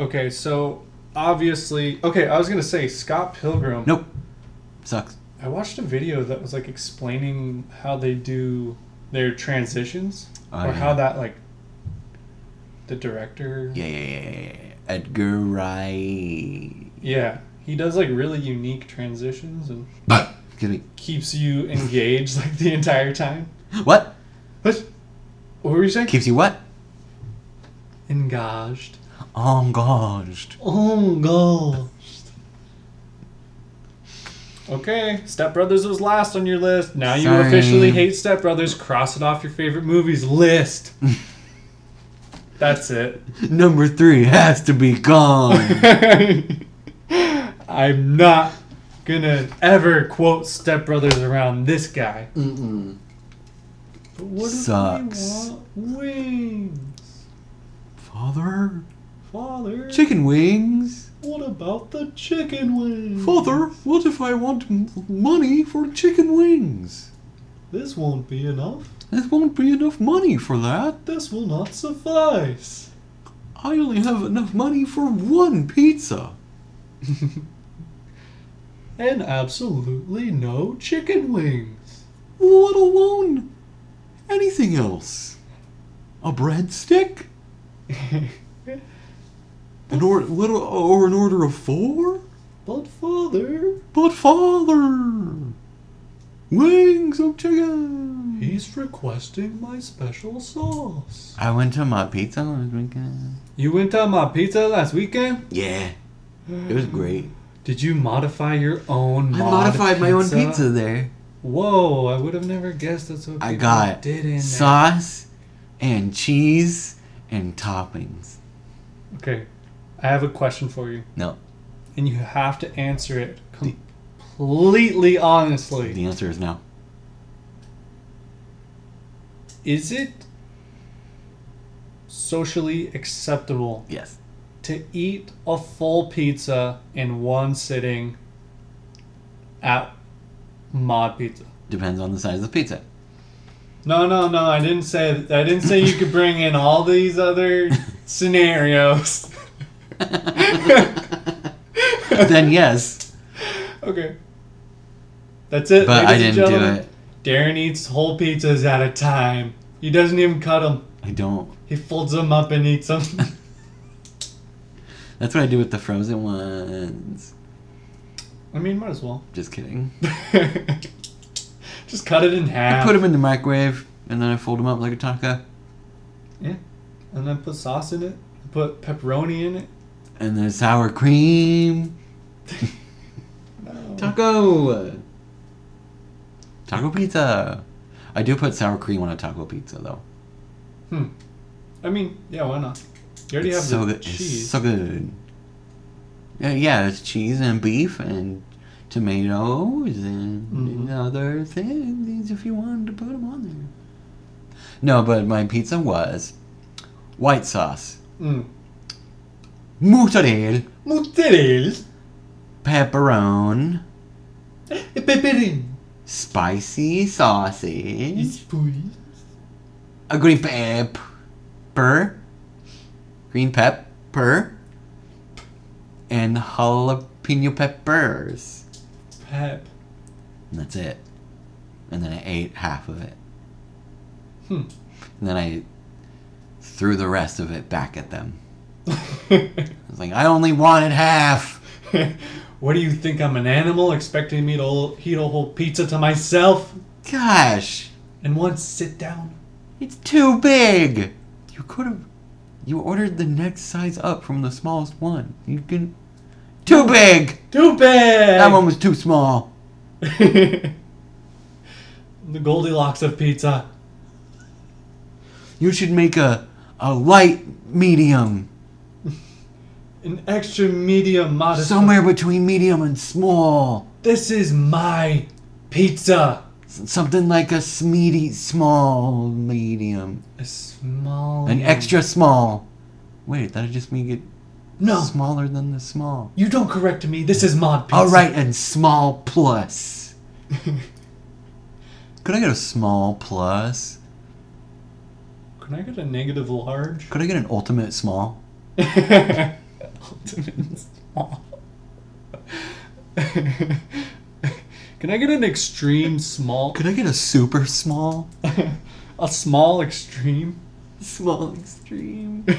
Speaker 3: Okay, so obviously, okay, I was gonna say Scott Pilgrim.
Speaker 2: nope. Sucks.
Speaker 3: I watched a video that was like explaining how they do their transitions
Speaker 2: Oh,
Speaker 3: or
Speaker 2: yeah.
Speaker 3: how that like the director.
Speaker 2: Yeah, yeah, yeah, yeah, yeah. Edgar Wright.
Speaker 3: Yeah, he does like really unique transitions and
Speaker 2: Excuse me.
Speaker 3: keeps you engaged like the entire time.
Speaker 2: What?
Speaker 3: What? What were you saying?
Speaker 2: Keeps you what?
Speaker 3: engaged.
Speaker 2: Engaged.
Speaker 3: Oh gosh. Okay, Step Brothers was last on your list. Now you
Speaker 2: Sorry.
Speaker 3: officially hate Step Brothers. Cross it off your favorite movies list. That's it.
Speaker 2: Number three has to be gone.
Speaker 3: I'm not gonna ever quote Step Brothers around this guy.
Speaker 2: Mm-mm.
Speaker 3: But what if we
Speaker 2: Sucks.
Speaker 3: want Wings,
Speaker 2: Father?
Speaker 3: father.
Speaker 2: Chicken wings?
Speaker 3: What about the chicken wings?
Speaker 2: Father, what if I want m- money for chicken wings?
Speaker 3: This won't be enough.
Speaker 2: This won't be enough money for that.
Speaker 3: This will not suffice.
Speaker 2: I only have enough money for one pizza.
Speaker 3: and absolutely no chicken wings.
Speaker 2: let alone anything else. A breadstick? An or, little, or an order of four?
Speaker 3: but father,
Speaker 2: But father, wings of chicken.
Speaker 3: he's requesting my special sauce.
Speaker 2: I went to my pizza last weekend.
Speaker 3: You went on my pizza last weekend?
Speaker 2: Yeah, it was great.
Speaker 3: Did you modify your own?
Speaker 2: I
Speaker 3: mod
Speaker 2: modified my own pizza there.
Speaker 3: Whoa! I would have never guessed that's what
Speaker 2: I
Speaker 3: people
Speaker 2: got
Speaker 3: did in there.
Speaker 2: sauce and cheese and toppings.
Speaker 3: Okay, I have a question for you,
Speaker 2: No,
Speaker 3: and you have to answer it completely honestly.
Speaker 2: the answer is no.
Speaker 3: Is it socially acceptable
Speaker 2: Yes.
Speaker 3: to eat a full pizza in one sitting at Mod Pizza?
Speaker 2: Depends on the size of the pizza.
Speaker 3: No, no, no. I didn't say I didn't say you could bring in all these other scenarios.
Speaker 2: then yes,
Speaker 3: Okay. That's it.
Speaker 2: but
Speaker 3: ladies
Speaker 2: I
Speaker 3: and
Speaker 2: didn't do
Speaker 3: gentlemen.
Speaker 2: it.
Speaker 3: Darren eats whole pizzas at a time. He doesn't even cut them.
Speaker 2: I don't.
Speaker 3: He folds them up and eats them.
Speaker 2: That's what I do with the frozen ones.
Speaker 3: I mean, might as well.
Speaker 2: Just kidding.
Speaker 3: Just cut it in
Speaker 2: I
Speaker 3: half.
Speaker 2: put them in the microwave and then I fold them up like a taco.
Speaker 3: and then put sauce in it. Put pepperoni in it.
Speaker 2: and the sour cream.
Speaker 3: No.
Speaker 2: Taco. Taco pizza. I do put sour cream on a taco pizza though.
Speaker 3: Hmm. I mean, yeah, why not? You already
Speaker 2: It's
Speaker 3: have
Speaker 2: so
Speaker 3: the
Speaker 2: good. It's
Speaker 3: cheese.
Speaker 2: so good. Yeah, yeah, it's cheese and beef and tomatoes and
Speaker 3: Mhm.
Speaker 2: other things if you wanted to put them on there. No, but my pizza was white sauce,
Speaker 3: mm.
Speaker 2: mozzarella,
Speaker 3: Mozzarella,
Speaker 2: pepperoni,
Speaker 3: e pepperoni,
Speaker 2: spicy sausage,
Speaker 3: spoon,
Speaker 2: a green pepper, green pepper, and jalapeno peppers.
Speaker 3: pep.
Speaker 2: And that's it. And then I ate half of it.
Speaker 3: Hmm.
Speaker 2: And then I threw the rest of it back at them. I was like, I only wanted half.
Speaker 3: what do you think? I'm an animal expecting me to all- eat a whole pizza to myself
Speaker 2: Gosh,
Speaker 3: and one sit down?
Speaker 2: it's too big. You could have. You ordered the next size up from the smallest one. You can. Too big!
Speaker 3: Too bad!
Speaker 2: That one was too small.
Speaker 3: the Goldilocks of pizza.
Speaker 2: You should make a, a light medium.
Speaker 3: An extra medium modest.
Speaker 2: Somewhere between medium and small.
Speaker 3: This is my pizza.
Speaker 2: S- something like a smeedy, small medium.
Speaker 3: A small.
Speaker 2: An extra small. Wait, that'd just make it
Speaker 3: No,
Speaker 2: smaller than the small.
Speaker 3: you don't correct me. This is mod pizza.
Speaker 2: All right, and small plus. Could I get a small plus?
Speaker 3: Can I get a negative large?
Speaker 2: Could I get an ultimate small?
Speaker 3: Ultimate small. Can I get an extreme small?
Speaker 2: Could I get a super small?
Speaker 3: a small extreme?
Speaker 2: Small extreme.
Speaker 3: I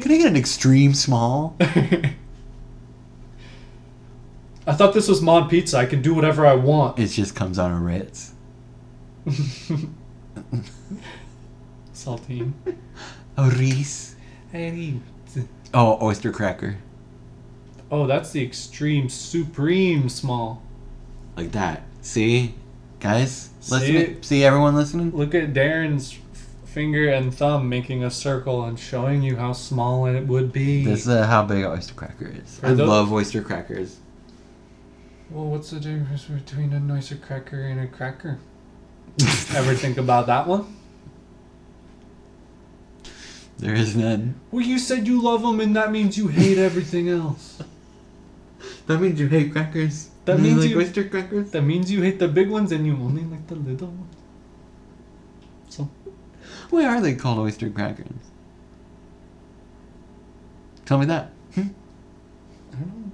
Speaker 2: Could I get an extreme small?
Speaker 3: thought this was mod pizza. I can do whatever I want.
Speaker 2: It just comes on a Ritz.
Speaker 3: Saltine.
Speaker 2: A Reese. Oh, oyster cracker.
Speaker 3: Oh, that's the extreme supreme small.
Speaker 2: Like that. See? Guys?
Speaker 3: See?
Speaker 2: Listening? See everyone listening?
Speaker 3: Look at Darren's f- finger and thumb making a circle and showing you how small it would be.
Speaker 2: This is uh, how big an oyster cracker is.
Speaker 3: For
Speaker 2: I
Speaker 3: those-
Speaker 2: love oyster crackers.
Speaker 3: well, what's the difference between a oyster cracker and a cracker? Ever think about that one?
Speaker 2: There is none.
Speaker 3: Well, you said you love them, and that means you hate everything else.
Speaker 2: That means you hate crackers.
Speaker 3: That
Speaker 2: You
Speaker 3: means
Speaker 2: like
Speaker 3: you-
Speaker 2: oyster crackers.
Speaker 3: That means you hate the big ones, and you only like the little ones. So,
Speaker 2: Why are they called oyster crackers? Tell me that. Hmm?
Speaker 3: I don't know.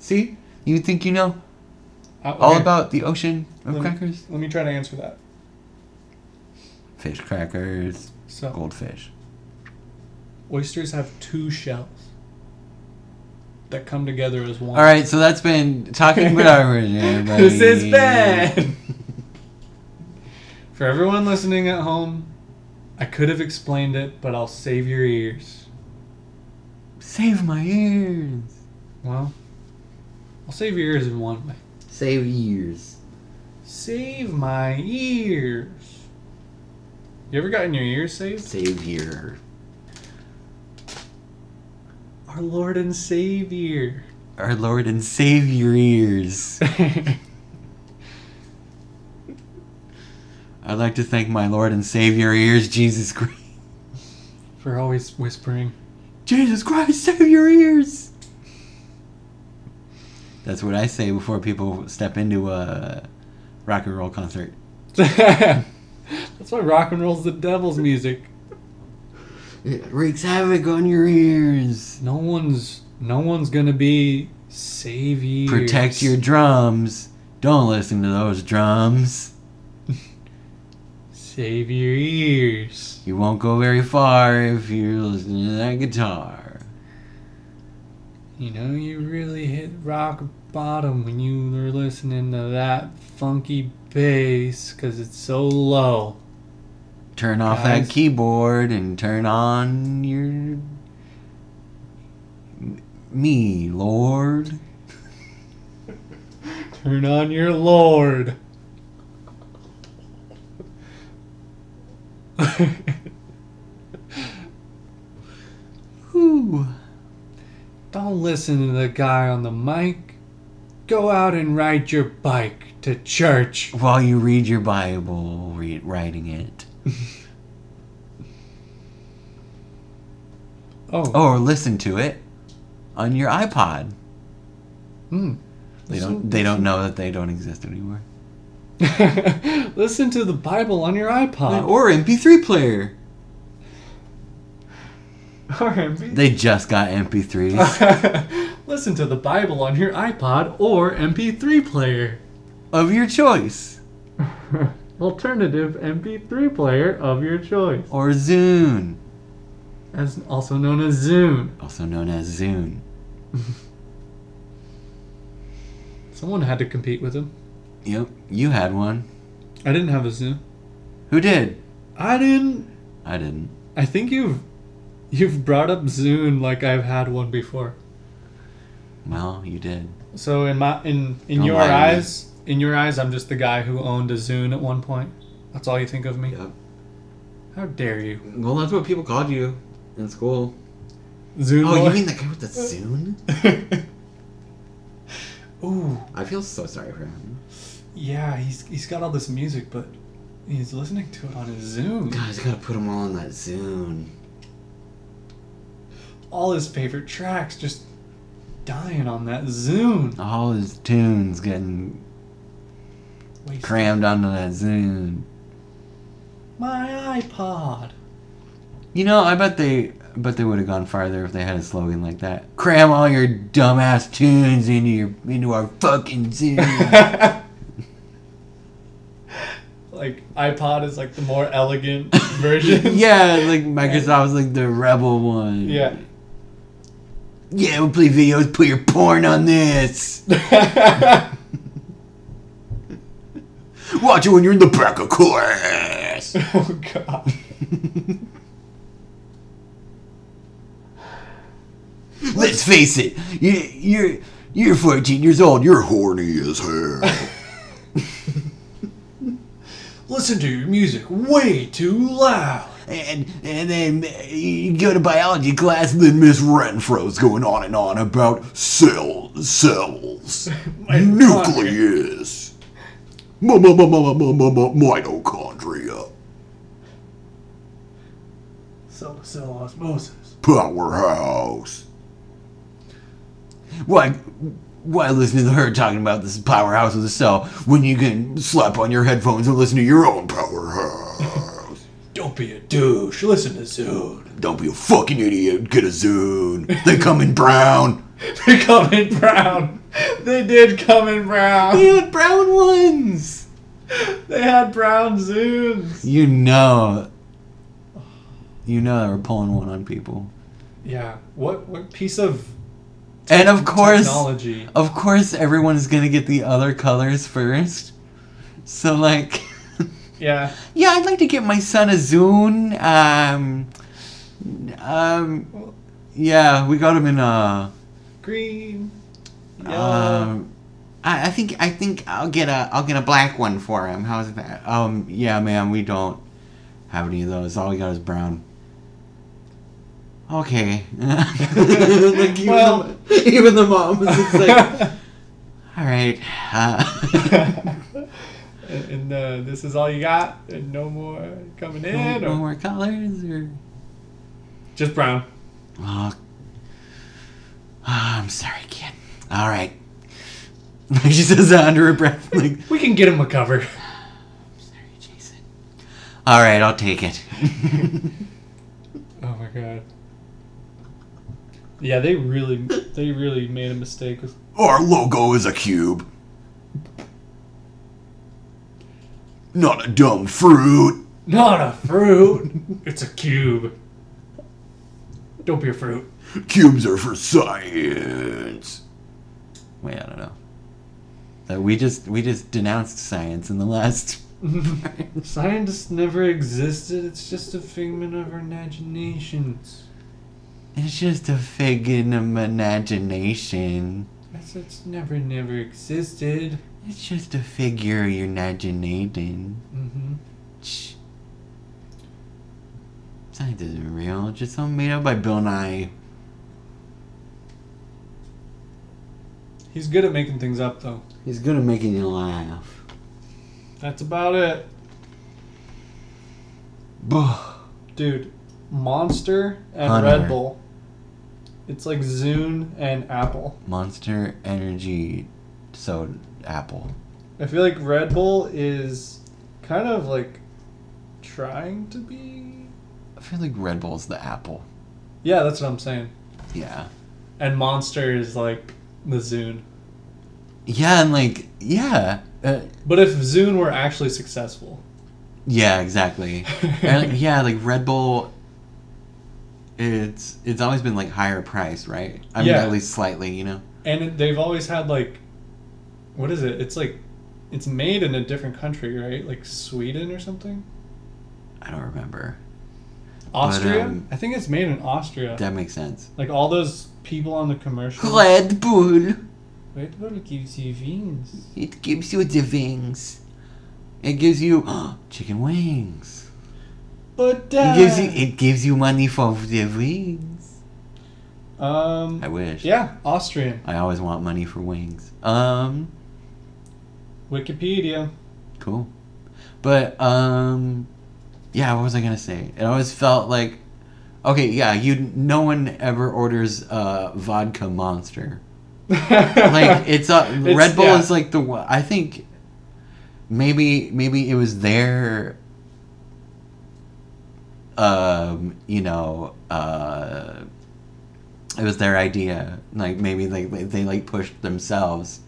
Speaker 2: See, you think you know
Speaker 3: Uh,
Speaker 2: all
Speaker 3: okay,
Speaker 2: about the ocean of
Speaker 3: Let me-
Speaker 2: crackers?
Speaker 3: Let me try to answer that.
Speaker 2: Fish crackers,
Speaker 3: So,
Speaker 2: goldfish.
Speaker 3: Oysters have two shells that come together as one.
Speaker 2: All right, so that's been talking with our everybody.
Speaker 3: this is bad. For everyone listening at home, I could have explained it, but I'll save your ears.
Speaker 2: Save my ears.
Speaker 3: Well, I'll save your ears in one way.
Speaker 2: Save ears.
Speaker 3: Save my ears. You ever gotten your ears saved?
Speaker 2: Save ear.
Speaker 3: Our Lord and Savior.
Speaker 2: Our Lord and save your ears. I'd like to thank my Lord and Savior ears, Jesus Christ.
Speaker 3: For always whispering.
Speaker 2: Jesus Christ, save your ears! That's what I say before people step into a rock and roll concert.
Speaker 3: That's why rock and roll's the devil's music.
Speaker 2: It wreaks havoc on your ears.
Speaker 3: No one's no one's gonna be save ears.
Speaker 2: Protect your drums. Don't listen to those drums.
Speaker 3: save your ears.
Speaker 2: You won't go very far if you're listening to that guitar.
Speaker 3: You know you really hit rock bottom when you were listening to that funky bass because it's so low.
Speaker 2: Turn off
Speaker 3: Guys.
Speaker 2: that keyboard and turn on your me, Lord.
Speaker 3: Turn on your Lord.
Speaker 2: Whew.
Speaker 3: Don't listen to the guy on the mic. Go out and ride your bike to church.
Speaker 2: While you read your Bible, read, writing it.
Speaker 3: Oh,
Speaker 2: Or listen to it on your iPod.
Speaker 3: hmm.
Speaker 2: They don't they don't know that they don't exist anymore.
Speaker 3: don't. listen to the Bible on your iPod.
Speaker 2: Or MP3 player.
Speaker 3: Or MP.
Speaker 2: They just got MP3s.
Speaker 3: listen to the Bible on your iPod or MP3 player.
Speaker 2: of your choice.
Speaker 3: Alternative MP3 player of your choice,
Speaker 2: Or Zune.
Speaker 3: as also known as Zune.
Speaker 2: Also known as Zune.
Speaker 3: Someone had to compete with him.
Speaker 2: Yep. You had one.
Speaker 3: I didn't have a Zune.
Speaker 2: Who did?
Speaker 3: I didn't.
Speaker 2: I didn't.
Speaker 3: I think you've you've brought up Zune like I've had one before.
Speaker 2: Well, you did.
Speaker 3: So in my in in
Speaker 2: Don't
Speaker 3: your
Speaker 2: lie to me.
Speaker 3: eyes, in your eyes, I'm just the guy who owned a Zune at one point. That's all you think of me.
Speaker 2: Yep.
Speaker 3: How dare you,
Speaker 2: Well, that's what people called you in school.
Speaker 3: Zune
Speaker 2: Oh, you
Speaker 3: boy?
Speaker 2: mean the guy with the Zune?
Speaker 3: Ooh,
Speaker 2: I feel so sorry for him.
Speaker 3: yeah, he's he's got all this music, but he's listening to it on his Zune.
Speaker 2: Guys, gotta put them all on that Zune.
Speaker 3: All his favorite tracks just dying on that Zune.
Speaker 2: All his tunes getting
Speaker 3: Wasted.
Speaker 2: crammed onto that Zune.
Speaker 3: My iPod.
Speaker 2: You know, I bet they, I bet they would have gone farther if they had a slogan like that. Cram all your dumbass tunes into your into our fucking Zune.
Speaker 3: like iPod is like the more elegant version.
Speaker 2: yeah, like Microsoft was like the rebel one.
Speaker 3: Yeah.
Speaker 2: Yeah, we play videos. Put your porn on this. Watch it when you're in the back of class.
Speaker 3: oh god.
Speaker 2: Let's face it, you, you're you're 14 years old. You're horny as hell.
Speaker 3: Listen to your music way too loud.
Speaker 2: and and then you go to biology class, and then Miss Renfro's going on and on about cell cells, nucleus, mu- mu- mu- mu- mu- mu- mu- mitochondria,
Speaker 3: Cell to cell osmosis.
Speaker 2: powerhouse. Why? Why listen to her talking about this powerhouse of the cell when you can slap on your headphones and listen to your own powerhouse?
Speaker 3: Don't be a douche. Listen to Zune.
Speaker 2: Don't be a fucking idiot. Get a Zune. They come in brown.
Speaker 3: They come in brown. They did come in brown.
Speaker 2: had brown ones.
Speaker 3: They had brown Zunes.
Speaker 2: You know, you know they were pulling one on people.
Speaker 3: Yeah. What what piece of
Speaker 2: And of course,
Speaker 3: technology?
Speaker 2: of course, everyone's gonna get the other colors first. So like,
Speaker 3: Yeah.
Speaker 2: yeah, I'd like to get my son a Zune. Um, um, yeah, we got him in a.
Speaker 3: Green. Yellow.
Speaker 2: Um, I, I think I think I'll get a I'll get a black one for him. How's that? Um, yeah, ma'am, we don't have any of those. All we got is brown. Okay. Like, even,
Speaker 3: Well-
Speaker 2: the, even the mom was just like, all right. Uh,
Speaker 3: and and, uh, this is all you got, and no more coming in,
Speaker 2: no
Speaker 3: or
Speaker 2: more colors or.
Speaker 3: just brown.
Speaker 2: Oh, Ah, I'm sorry, kid. All right. she says that under her breath, like.
Speaker 3: We can get him a cover.
Speaker 2: Sorry, Jason. All right, I'll take it.
Speaker 3: Oh my god. Yeah, they really, they really made a mistake with.
Speaker 2: Our logo is a cube. Not a dumb fruit.
Speaker 3: Not a fruit. it's a cube. Don't be a fruit.
Speaker 2: Cubes are for science. Wait, I don't know. That we just we just denounced science in the last.
Speaker 3: Science never existed. It's just a figment of our imaginations.
Speaker 2: It's just a fig in imagination.
Speaker 3: That's, it's never, never existed.
Speaker 2: It's just a figure you're imaginating.
Speaker 3: Mm-hmm.
Speaker 2: Shh. Science isn't real. It's just something made up by Bill Nye.
Speaker 3: He's good at making things up, though.
Speaker 2: He's good at making you laugh.
Speaker 3: That's about it.
Speaker 2: Buh.
Speaker 3: Dude, Monster and
Speaker 2: Hunter.
Speaker 3: Red Bull. It's like Zune and Apple.
Speaker 2: Monster Energy Soda Apple.
Speaker 3: I feel like Red Bull is kind of like trying to be.
Speaker 2: I feel like Red Bull's the apple.
Speaker 3: Yeah, that's what I'm saying.
Speaker 2: Yeah.
Speaker 3: And Monster is like the Zune.
Speaker 2: Yeah, and like, yeah. Uh,
Speaker 3: But if Zune were actually successful,
Speaker 2: yeah, exactly. And, like, yeah, like Red Bull. It's it's always been like higher price, right? I mean,
Speaker 3: Yeah.
Speaker 2: at least slightly, you know.
Speaker 3: and it- they've always had like, what is it? It's like, it's made in a different country, right? Like Sweden or something.
Speaker 2: I don't remember.
Speaker 3: Austria.
Speaker 2: um,
Speaker 3: I think it's made in Austria.
Speaker 2: That makes sense.
Speaker 3: Like all those people on the commercial.
Speaker 2: Red Bull.
Speaker 3: Red Bull gives you veins.
Speaker 2: It gives you the wings. It gives you chicken wings.
Speaker 3: But uh,
Speaker 2: It gives you E. it gives you money for the wings.
Speaker 3: um.
Speaker 2: I wish.
Speaker 3: Yeah, Austrian.
Speaker 2: I always want money for wings. Um,
Speaker 3: Wikipedia.
Speaker 2: cool. But um, yeah. What was I gonna say? It always felt like, okay, yeah. You no one ever orders uh vodka monster. like it's a
Speaker 3: It's-
Speaker 2: Red Bull
Speaker 3: yeah.
Speaker 2: is like the one- I think maybe maybe it was their um you know uh it was their idea like maybe like they, they like pushed themselves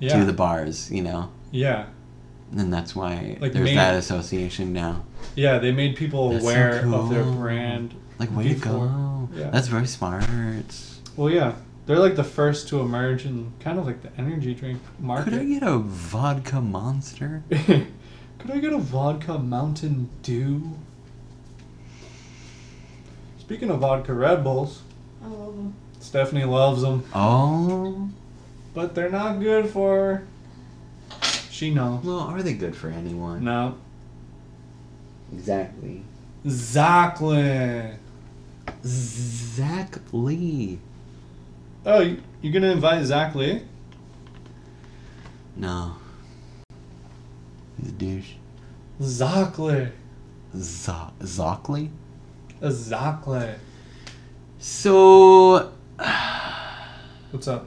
Speaker 3: yeah.
Speaker 2: to the bars you know
Speaker 3: yeah.
Speaker 2: and that's why
Speaker 3: Like
Speaker 2: there's
Speaker 3: main-
Speaker 2: that association now
Speaker 3: Yeah, they made people
Speaker 2: That's so
Speaker 3: aware of their
Speaker 2: cool.
Speaker 3: brand.
Speaker 2: like way
Speaker 3: before.
Speaker 2: to go
Speaker 3: Yeah.
Speaker 2: that's very smart
Speaker 3: Well, yeah. They're like the first to emerge in kind of like the energy drink market.
Speaker 2: could I get a vodka monster
Speaker 3: Could I get a vodka Mountain Dew? Speaking of vodka Red Bulls,
Speaker 1: I love them.
Speaker 3: Stephanie loves them,
Speaker 2: oh
Speaker 3: but they're not good for. her. She knows.
Speaker 2: well are they good for anyone
Speaker 3: No.
Speaker 2: Exactly.
Speaker 3: Zachlin.
Speaker 2: Zach Lee.
Speaker 3: Oh, you, you gonna invite Zach Lee?
Speaker 2: No. He's a douche.
Speaker 3: Zach Lee.
Speaker 2: Zo- Zoc Lee?
Speaker 3: A Zach Lee.
Speaker 2: So.
Speaker 3: What's up?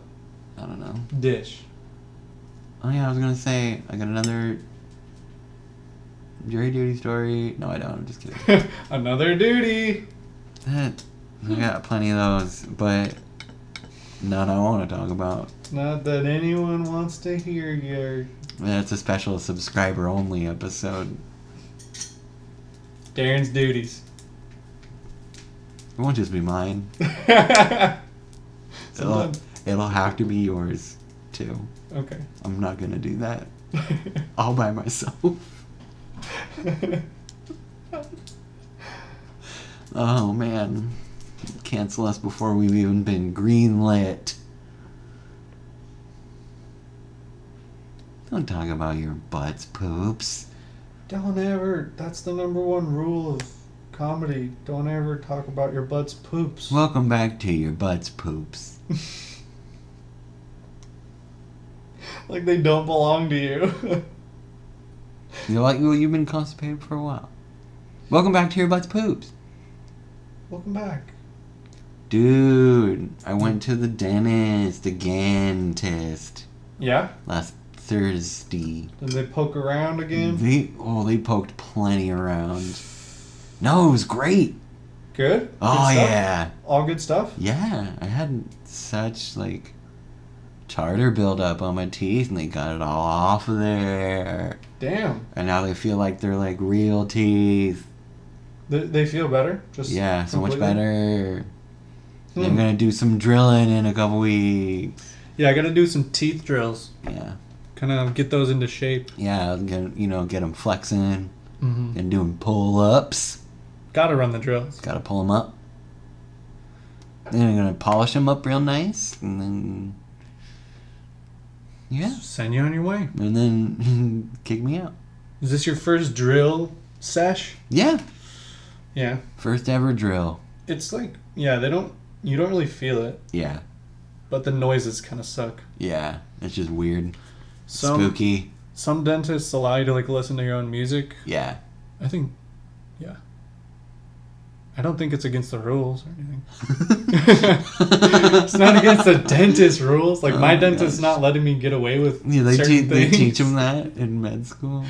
Speaker 2: I don't know.
Speaker 3: Dish.
Speaker 2: Oh, yeah, I was gonna say, I got another. Jury duty story. No, I don't. I'm just kidding.
Speaker 3: Another duty.
Speaker 2: That, I got plenty of those, but none I want to talk about.
Speaker 3: Not that anyone wants to hear your
Speaker 2: That's a special subscriber only episode.
Speaker 3: Darren's duties.
Speaker 2: It won't just be mine, it'll,
Speaker 3: Sometimes.
Speaker 2: it'll have to be yours, too.
Speaker 3: Okay.
Speaker 2: I'm not gonna do that all by myself. Oh man, cancel us before we've even been greenlit. Don't talk about your butts, poops.
Speaker 3: Don't ever. That's the number one rule of comedy. Don't ever talk about your butt's poops.
Speaker 2: Welcome back to your butts, poops.
Speaker 3: like they don't belong to you.
Speaker 2: You're like, well, you've been constipated for a while. Welcome back to your butts, poops.
Speaker 3: Welcome back.
Speaker 2: Dude, I went to the dentist again, test
Speaker 3: Yeah.
Speaker 2: last Thursday.
Speaker 3: Did they poke around again?
Speaker 2: They, oh, they poked plenty around. No, it was great.
Speaker 3: Good.
Speaker 2: Oh,
Speaker 3: Good stuff?
Speaker 2: yeah.
Speaker 3: All good stuff.
Speaker 2: Yeah, I had such like tartar buildup on my teeth, and they got it all off of there.
Speaker 3: Damn.
Speaker 2: And now they feel like they're like real teeth.
Speaker 3: They, they feel better. Just
Speaker 2: Yeah, so much
Speaker 3: completely?
Speaker 2: better.
Speaker 3: Hmm.
Speaker 2: I'm gonna do some drilling in a couple weeks.
Speaker 3: Yeah, I gotta do some teeth drills.
Speaker 2: Yeah,
Speaker 3: Kind of get those into shape.
Speaker 2: yeah, I'm gonna you know get them flexing
Speaker 3: Mm-hmm.
Speaker 2: and doing pull ups.
Speaker 3: Gotta run the drills.
Speaker 2: Gotta pull them up. Then I'm gonna polish them up real nice, and then yeah,
Speaker 3: Send you on your way.
Speaker 2: and then kick me out.
Speaker 3: Is this your first drill sesh?
Speaker 2: Yeah,
Speaker 3: Yeah.
Speaker 2: first ever drill.
Speaker 3: It's like yeah, they don't you don't really feel it,
Speaker 2: Yeah,
Speaker 3: but the noises kind of suck.
Speaker 2: yeah, it's just weird,
Speaker 3: Some
Speaker 2: spooky.
Speaker 3: some dentists allow you to like listen to your own music.
Speaker 2: Yeah,
Speaker 3: I think yeah. I don't think it's against the rules or anything. it's
Speaker 2: it's
Speaker 3: not against the dentist rules. Like my
Speaker 2: Oh,
Speaker 3: dentist's
Speaker 2: gosh.
Speaker 3: not letting me get away with
Speaker 2: Yeah, they,
Speaker 3: certain
Speaker 2: te- they
Speaker 3: things.
Speaker 2: teach them that in med school.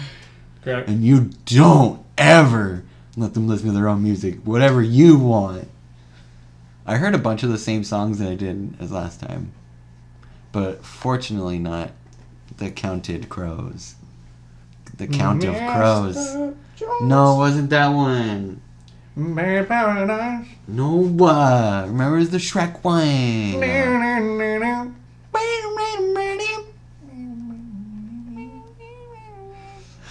Speaker 3: Crap.
Speaker 2: And you don't ever let them listen to their own music, whatever you want. I heard a bunch of the same songs that I did as last time. But fortunately, not the Counted Crows. The Count of Crows. No, it wasn't that one.
Speaker 3: Mr. Paradise.
Speaker 2: No, uh, remember it's the Shrek one.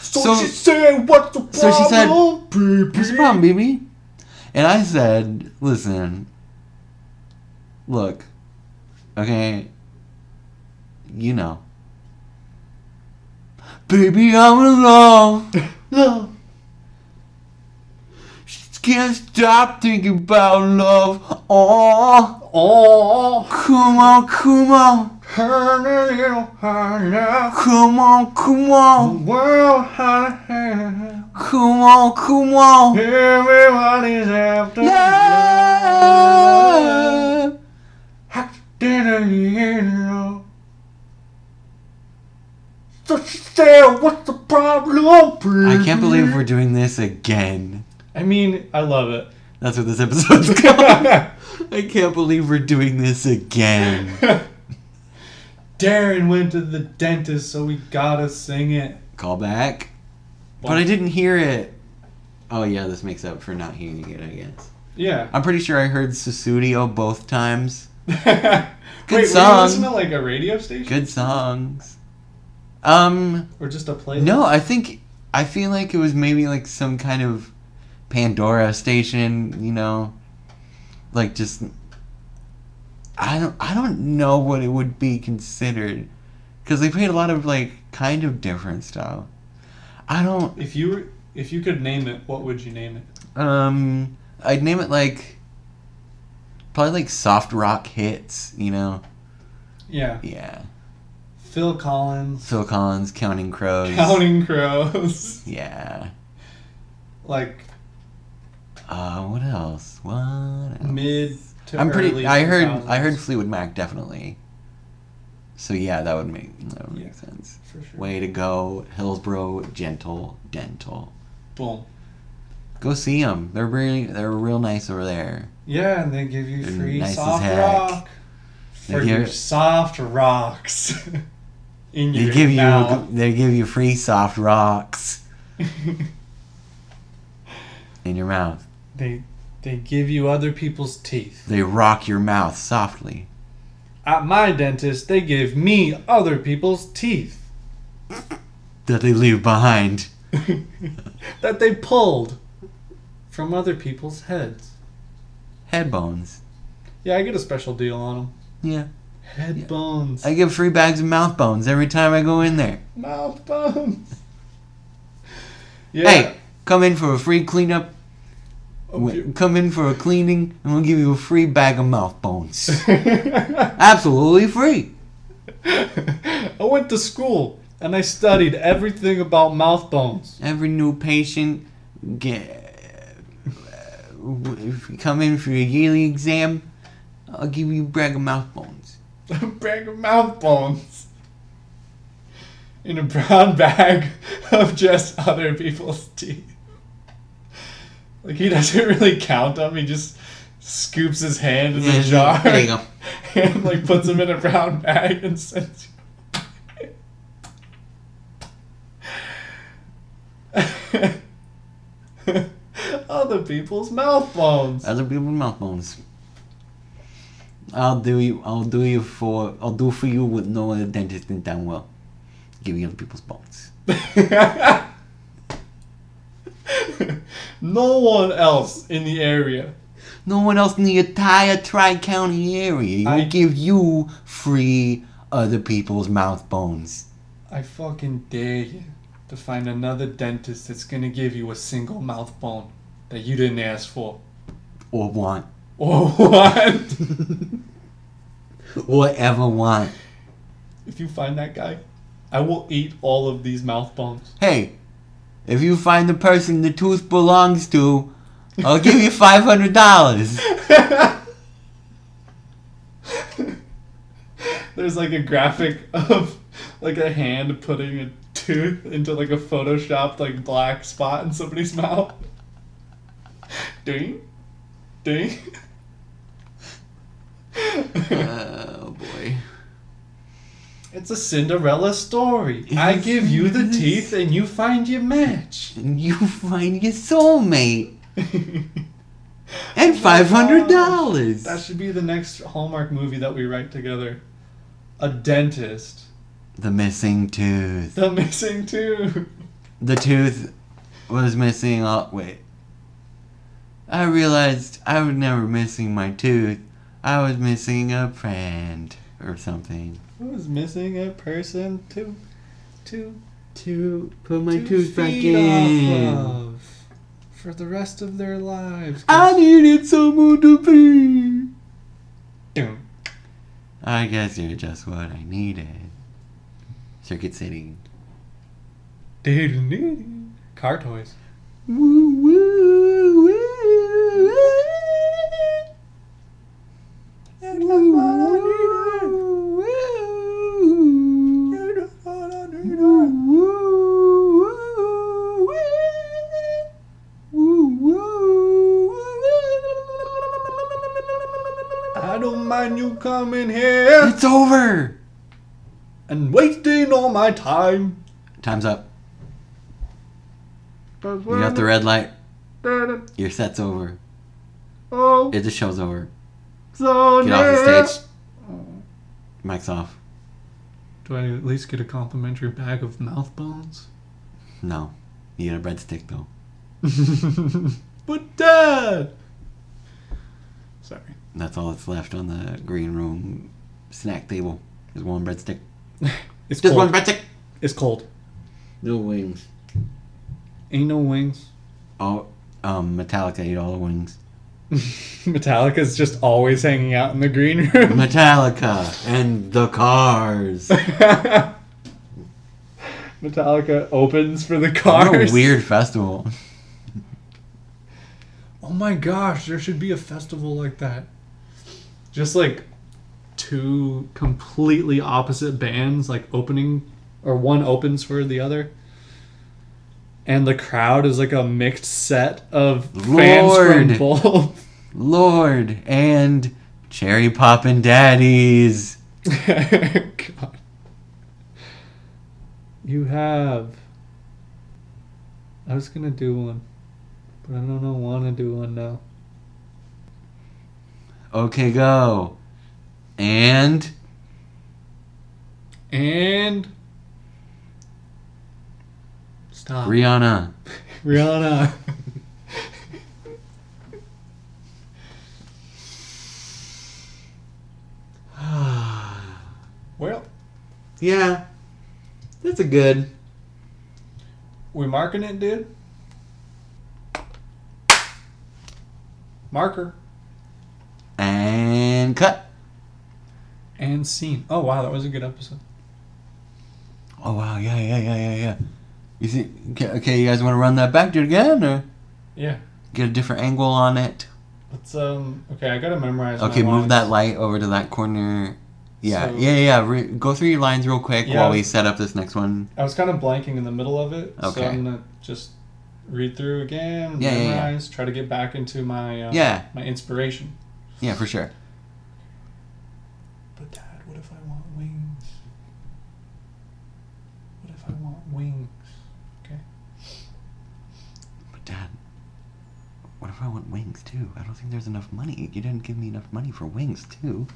Speaker 3: So,
Speaker 2: So-
Speaker 3: she said, "What's the
Speaker 2: so
Speaker 3: problem?"
Speaker 2: she said,
Speaker 3: baby?"
Speaker 2: What's the problem, BB? And I said, listen, look, okay, you know. Baby, I'm in love. love. Just can't stop thinking about love. Oh,
Speaker 3: "Oh,
Speaker 2: come on, come on,
Speaker 3: honey, little honey,
Speaker 2: come on, come on,
Speaker 3: world, honey,
Speaker 2: come on, come on.
Speaker 3: everybody's after
Speaker 2: Love.
Speaker 3: Hot dinner, you know. So she said, "What's the problem?"
Speaker 2: I can't believe we're doing this again.
Speaker 3: I mean, I love it.
Speaker 2: That's what this episode's called. I can't believe we're doing this again.
Speaker 3: Darren went to the dentist, so we gotta sing it.
Speaker 2: Call back. But I didn't hear it. Oh yeah, this makes up for not hearing it, I guess.
Speaker 3: Yeah.
Speaker 2: I'm pretty sure I heard Susudio both times.
Speaker 3: Wait, were you
Speaker 2: song.
Speaker 3: listening to like a radio station
Speaker 2: Good songs. Um
Speaker 3: or just a playlist?
Speaker 2: no, I think I feel like it was maybe like some kind of Pandora station, you know. Like just I don't I don't know what it would be considered cuz they played a lot of like kind of different stuff. I don't
Speaker 3: If you were, if you could name it, what would you name it?
Speaker 2: um I'd name it like probably like soft rock hits, you know.
Speaker 3: Yeah.
Speaker 2: Yeah.
Speaker 3: Phil Collins,
Speaker 2: Phil Collins Counting Crows.
Speaker 3: Counting Crows,
Speaker 2: Yeah.
Speaker 3: like
Speaker 2: Uh what else? What else?
Speaker 3: mid to
Speaker 2: I'm pretty.
Speaker 3: early
Speaker 2: I heard.
Speaker 3: 2000s,
Speaker 2: I heard Fleetwood Mac definitely. So yeah, that would make that would
Speaker 3: Yeah.
Speaker 2: make sense.
Speaker 3: for sure.
Speaker 2: Way to go, Hillsboro Gentle Dental.
Speaker 3: Boom.
Speaker 2: Go see them. They're really. They're real nice over there.
Speaker 3: Yeah, and they give you
Speaker 2: They're
Speaker 3: free
Speaker 2: nice as
Speaker 3: soft
Speaker 2: heck.
Speaker 3: rock
Speaker 2: They
Speaker 3: for
Speaker 2: give-
Speaker 3: your soft rocks in
Speaker 2: They
Speaker 3: your
Speaker 2: give you.
Speaker 3: mouth.
Speaker 2: They give you free soft rocks in your mouth.
Speaker 3: they they give you other people's teeth.
Speaker 2: They rock your mouth softly.
Speaker 3: At my dentist, they give me other people's teeth
Speaker 2: That they leave behind.
Speaker 3: that they pulled from other people's heads.
Speaker 2: Head bones.
Speaker 3: Yeah, I get a special deal on them.
Speaker 2: Yeah.
Speaker 3: Head
Speaker 2: Yeah.
Speaker 3: bones,
Speaker 2: I give free bags of mouth bones every time I go in there.
Speaker 3: mouth bones. Yeah.
Speaker 2: Hey, come in for a free cleanup Wait, come in for a cleaning and we'll give you a free bag of mouth bones. Absolutely free.
Speaker 3: I went to school and I studied everything about mouth bones.
Speaker 2: Every new patient get uh, if you come in for your yearly exam, I'll give you a bag of mouth bones.
Speaker 3: A bag of mouth bones. In a brown bag of just other people's teeth. Like he doesn't really count them, he just scoops his hand in
Speaker 2: Yeah,
Speaker 3: the jar
Speaker 2: there you go.
Speaker 3: and like puts them in a brown bag and sends you other people's mouth bones.
Speaker 2: Other people's mouth bones. I'll do you I'll do you for I'll do for you what no other dentist in town will. Give you other people's bones.
Speaker 3: no one else in the area
Speaker 2: No one else in the entire Tri County area will
Speaker 3: I-
Speaker 2: give you free other people's mouth bones.
Speaker 3: I fucking dare you to find another dentist that's gonna give you a single mouth bone that you didn't ask for.
Speaker 2: Or want.
Speaker 3: Or what?
Speaker 2: Or ever want.
Speaker 3: if you find that guy, I will eat all of these mouth bones.
Speaker 2: Hey, if you find the person the tooth belongs to, I'll give you $500.
Speaker 3: There's like a graphic of like a hand putting a tooth into like a photoshopped like black spot in somebody's mouth. Ding, ding.
Speaker 2: Oh, boy.
Speaker 3: It's a Cinderella story. I give you the teeth and you find your match.
Speaker 2: And you find your soulmate. And
Speaker 3: $500.
Speaker 2: $500.
Speaker 3: That should be the next Hallmark movie that we write together. A dentist.
Speaker 2: the missing tooth.
Speaker 3: The missing tooth.
Speaker 2: the tooth was missing all wait i realized i was never missing my tooth i was missing a friend or something
Speaker 3: I was missing a person to to
Speaker 2: to put my
Speaker 3: to
Speaker 2: tooth back
Speaker 3: feed off
Speaker 2: in
Speaker 3: of for the rest of their lives.
Speaker 2: i needed someone to be
Speaker 3: Doom.
Speaker 2: i guess you're just what i needed circuit city
Speaker 3: Doom. Car toys.
Speaker 2: woo, woo, woo, woo.
Speaker 3: I don't mind you coming here
Speaker 2: It's over!
Speaker 3: and wasting all my time.
Speaker 2: Time's up. You got the red light. Your set's over.
Speaker 3: Oh,
Speaker 2: It, the show's over.
Speaker 3: so
Speaker 2: Get off the stage. Mic's off.
Speaker 3: Do I at least get a complimentary bag of mouth bones?
Speaker 2: No. You get a breadstick, though.
Speaker 3: but Dad! Sorry.
Speaker 2: That's all that's left on the green room snack table. Is one breadstick.
Speaker 3: It's
Speaker 2: Just
Speaker 3: cold.
Speaker 2: one breadstick!
Speaker 3: It's cold.
Speaker 2: No wings.
Speaker 3: Ain't no wings.
Speaker 2: Oh, um, Metallica ate all the wings.
Speaker 3: Metallica's just always hanging out in the green room.
Speaker 2: Metallica and the cars.
Speaker 3: Metallica opens for the
Speaker 2: What
Speaker 3: cars.
Speaker 2: a weird festival.
Speaker 3: Oh my gosh, there should be a festival like that. Just like two completely opposite bands, like opening, or one opens for the other. And the crowd is like a mixed set of fans from
Speaker 2: Lord.
Speaker 3: both.
Speaker 2: Lord and Cherry Poppin' Daddies.
Speaker 3: God. You have. I was gonna do one, but I don't know wanna do one now.
Speaker 2: Okay, go. And
Speaker 3: And stop.
Speaker 2: Rihanna.
Speaker 3: Rihanna. well,
Speaker 2: yeah, that's a good.
Speaker 3: we marking it, dude. Marker
Speaker 2: And cut.
Speaker 3: and scene. Oh wow, that was a good episode.
Speaker 2: Oh wow, yeah, yeah, yeah, yeah, yeah. You see, okay, okay, you guys want to run that back dude, again, or
Speaker 3: Yeah.
Speaker 2: get a different angle on it?
Speaker 3: Let's um. Okay, I gotta memorize. my
Speaker 2: Okay, move
Speaker 3: lines.
Speaker 2: that light over to that corner. Yeah,
Speaker 3: So-
Speaker 2: yeah, yeah. Re- go through your lines real quick
Speaker 3: Yeah.
Speaker 2: while we set up this next one.
Speaker 3: I was kind of blanking in the middle of it, so
Speaker 2: Okay.
Speaker 3: I'm gonna just read through again,
Speaker 2: Yeah, yeah, yeah.
Speaker 3: memorize, try to get back into my uh,
Speaker 2: Yeah.
Speaker 3: my inspiration.
Speaker 2: Yeah, for sure.
Speaker 3: But Dad, what if I want wings? What if I want wings? Okay.
Speaker 2: But Dad, what if I want wings too? I don't think there's enough money. You didn't give me enough money for wings too.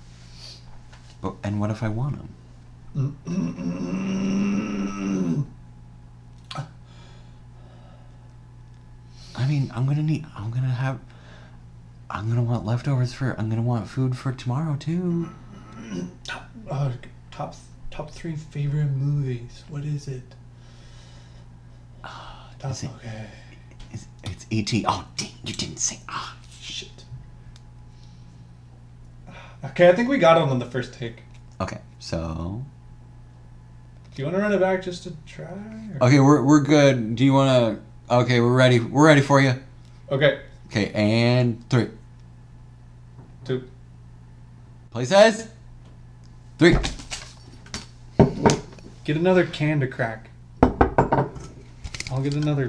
Speaker 2: But and what if I want them? I mean, I'm gonna need. I'm gonna have. I'm gonna want leftovers for. I'm gonna want food for tomorrow too.
Speaker 3: Top, uh, top, top three favorite movies. What is it? Top,
Speaker 2: Ah, is it-
Speaker 3: okay.
Speaker 2: It's, it's ET. Oh, dang, you didn't say. Ah,
Speaker 3: Shit. Okay, I think we got him on the first take.
Speaker 2: okay. So
Speaker 3: Do you want to run it back just to try? or-
Speaker 2: okay, we're we're good. Do you wanna? Okay, we're ready. We're ready for you.
Speaker 3: Okay.
Speaker 2: Okay, and three.
Speaker 3: Two.
Speaker 2: Places. Three.
Speaker 3: Get another can to crack. I'll get another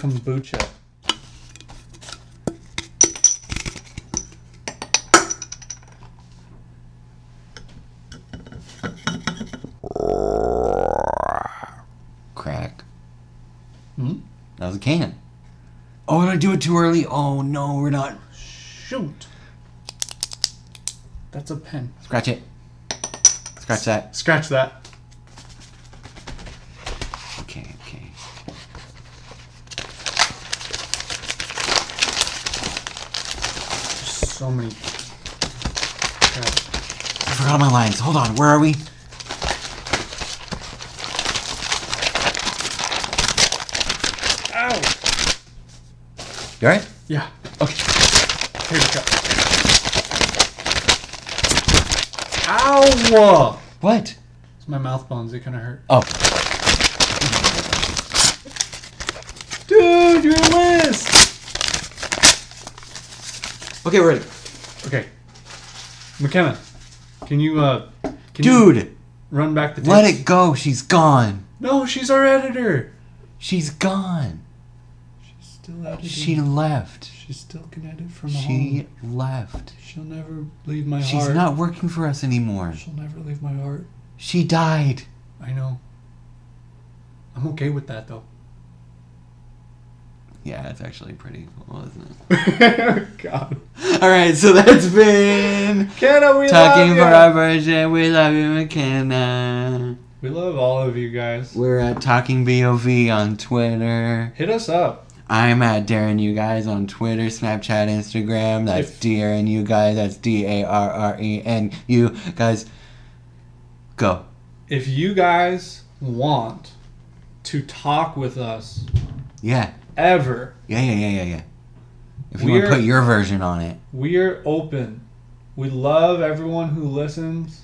Speaker 3: kombucha.
Speaker 2: Crack.
Speaker 3: Hmm?
Speaker 2: That was a can. Oh, did I do it too early? Oh no, we're not.
Speaker 3: Shoot. That's a pen.
Speaker 2: Scratch it. Scratch that.
Speaker 3: Scratch that.
Speaker 2: Okay, okay.
Speaker 3: There's so many. crap.
Speaker 2: I forgot my lines. Hold on. Where are we?
Speaker 3: Ow!
Speaker 2: You alright?
Speaker 3: Yeah.
Speaker 2: Okay.
Speaker 3: Here we go. Ow!
Speaker 2: What?
Speaker 3: It's my mouth bones. It kind of hurt.
Speaker 2: Oh,
Speaker 3: Dude, you're a list.
Speaker 2: okay, we're ready.
Speaker 3: Okay. McKenna, can you uh? Can you
Speaker 2: Dude,
Speaker 3: run back the.
Speaker 2: let
Speaker 3: tapes?
Speaker 2: it go. She's gone.
Speaker 3: No, she's our editor.
Speaker 2: She's gone.
Speaker 3: She's still editing.
Speaker 2: She left.
Speaker 3: She's still connected from
Speaker 2: She
Speaker 3: home.
Speaker 2: left.
Speaker 3: She'll never leave my
Speaker 2: She's
Speaker 3: heart.
Speaker 2: not working for us anymore.
Speaker 3: She'll never leave my heart.
Speaker 2: She died.
Speaker 3: I know. I'm okay with that though.
Speaker 2: Yeah, it's actually pretty cool, isn't
Speaker 3: God.
Speaker 2: it? All right, so that's been
Speaker 3: McKenna, we
Speaker 2: Talking
Speaker 3: love
Speaker 2: for
Speaker 3: you.
Speaker 2: Our Version. We love you, McKenna.
Speaker 3: We love all of you guys.
Speaker 2: We're at Talking BOV on Twitter.
Speaker 3: Hit us up.
Speaker 2: I'm at Darren You Guys on Twitter, Snapchat, Instagram. That's
Speaker 3: If-
Speaker 2: Darren You Guys. That's D A R R E N U Guys. Go.
Speaker 3: If you guys want to talk with us
Speaker 2: Yeah.
Speaker 3: ever,
Speaker 2: Yeah, yeah, yeah, yeah, yeah. If you want to
Speaker 3: We're-
Speaker 2: put your version on it,
Speaker 3: we're open. We love everyone who listens.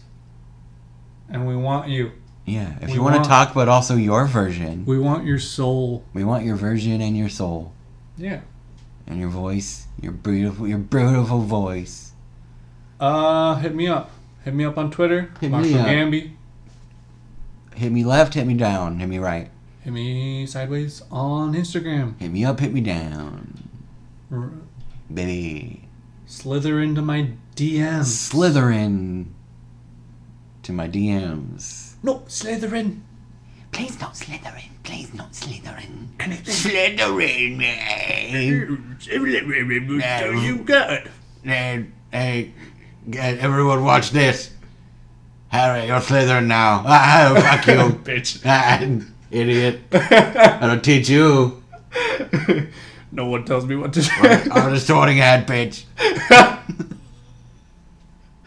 Speaker 3: And we want you.
Speaker 2: yeah. If
Speaker 3: We
Speaker 2: you want
Speaker 3: want-
Speaker 2: to talk, but also your version,
Speaker 3: We want your soul.
Speaker 2: we want your version and your soul
Speaker 3: Yeah.
Speaker 2: and your voice, your beautiful, your beautiful voice.
Speaker 3: Uh, hit me up. Hit me up on Twitter.
Speaker 2: Hit me
Speaker 3: Marshall
Speaker 2: up.
Speaker 3: Gamby.
Speaker 2: Hit me left, hit me down, hit me right,
Speaker 3: Hit me sideways on Instagram.
Speaker 2: hit me up, hit me down,
Speaker 3: R-
Speaker 2: baby.
Speaker 3: slither into my DMs.
Speaker 2: Slithering to my DMs.
Speaker 3: no, slither in.
Speaker 2: Please not Slytherin. Please not Slytherin. Slytherin, man. you
Speaker 3: good.
Speaker 2: Hey, hey, get- everyone watch this. Harry, you're Slytherin now. Ah, fuck you.
Speaker 3: Bitch.
Speaker 2: Ah, Idiot. I'll teach you.
Speaker 3: no one tells me what to
Speaker 2: I'm the sorting hat, bitch.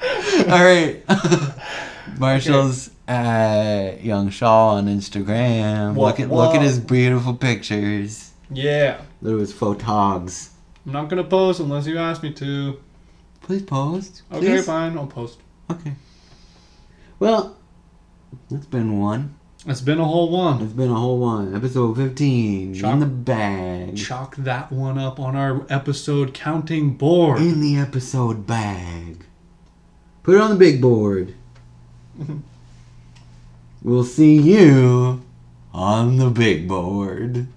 Speaker 2: All right. Marshall's at Young Shaw on Instagram.
Speaker 3: Wha-
Speaker 2: look at look
Speaker 3: wha-
Speaker 2: at his beautiful pictures.
Speaker 3: yeah.
Speaker 2: Look at his photogs.
Speaker 3: I'm not gonna post unless you ask me to.
Speaker 2: Please post.
Speaker 3: Okay,
Speaker 2: Please.
Speaker 3: fine, I'll post.
Speaker 2: Okay. Well, it's been one.
Speaker 3: It's been a whole one.
Speaker 2: It's been a whole one. Episode 15.
Speaker 3: Shock.
Speaker 2: In the bag.
Speaker 3: Chalk that one up on our episode counting board.
Speaker 2: In the episode bag. Put it on the big board. we'll see you on the big board.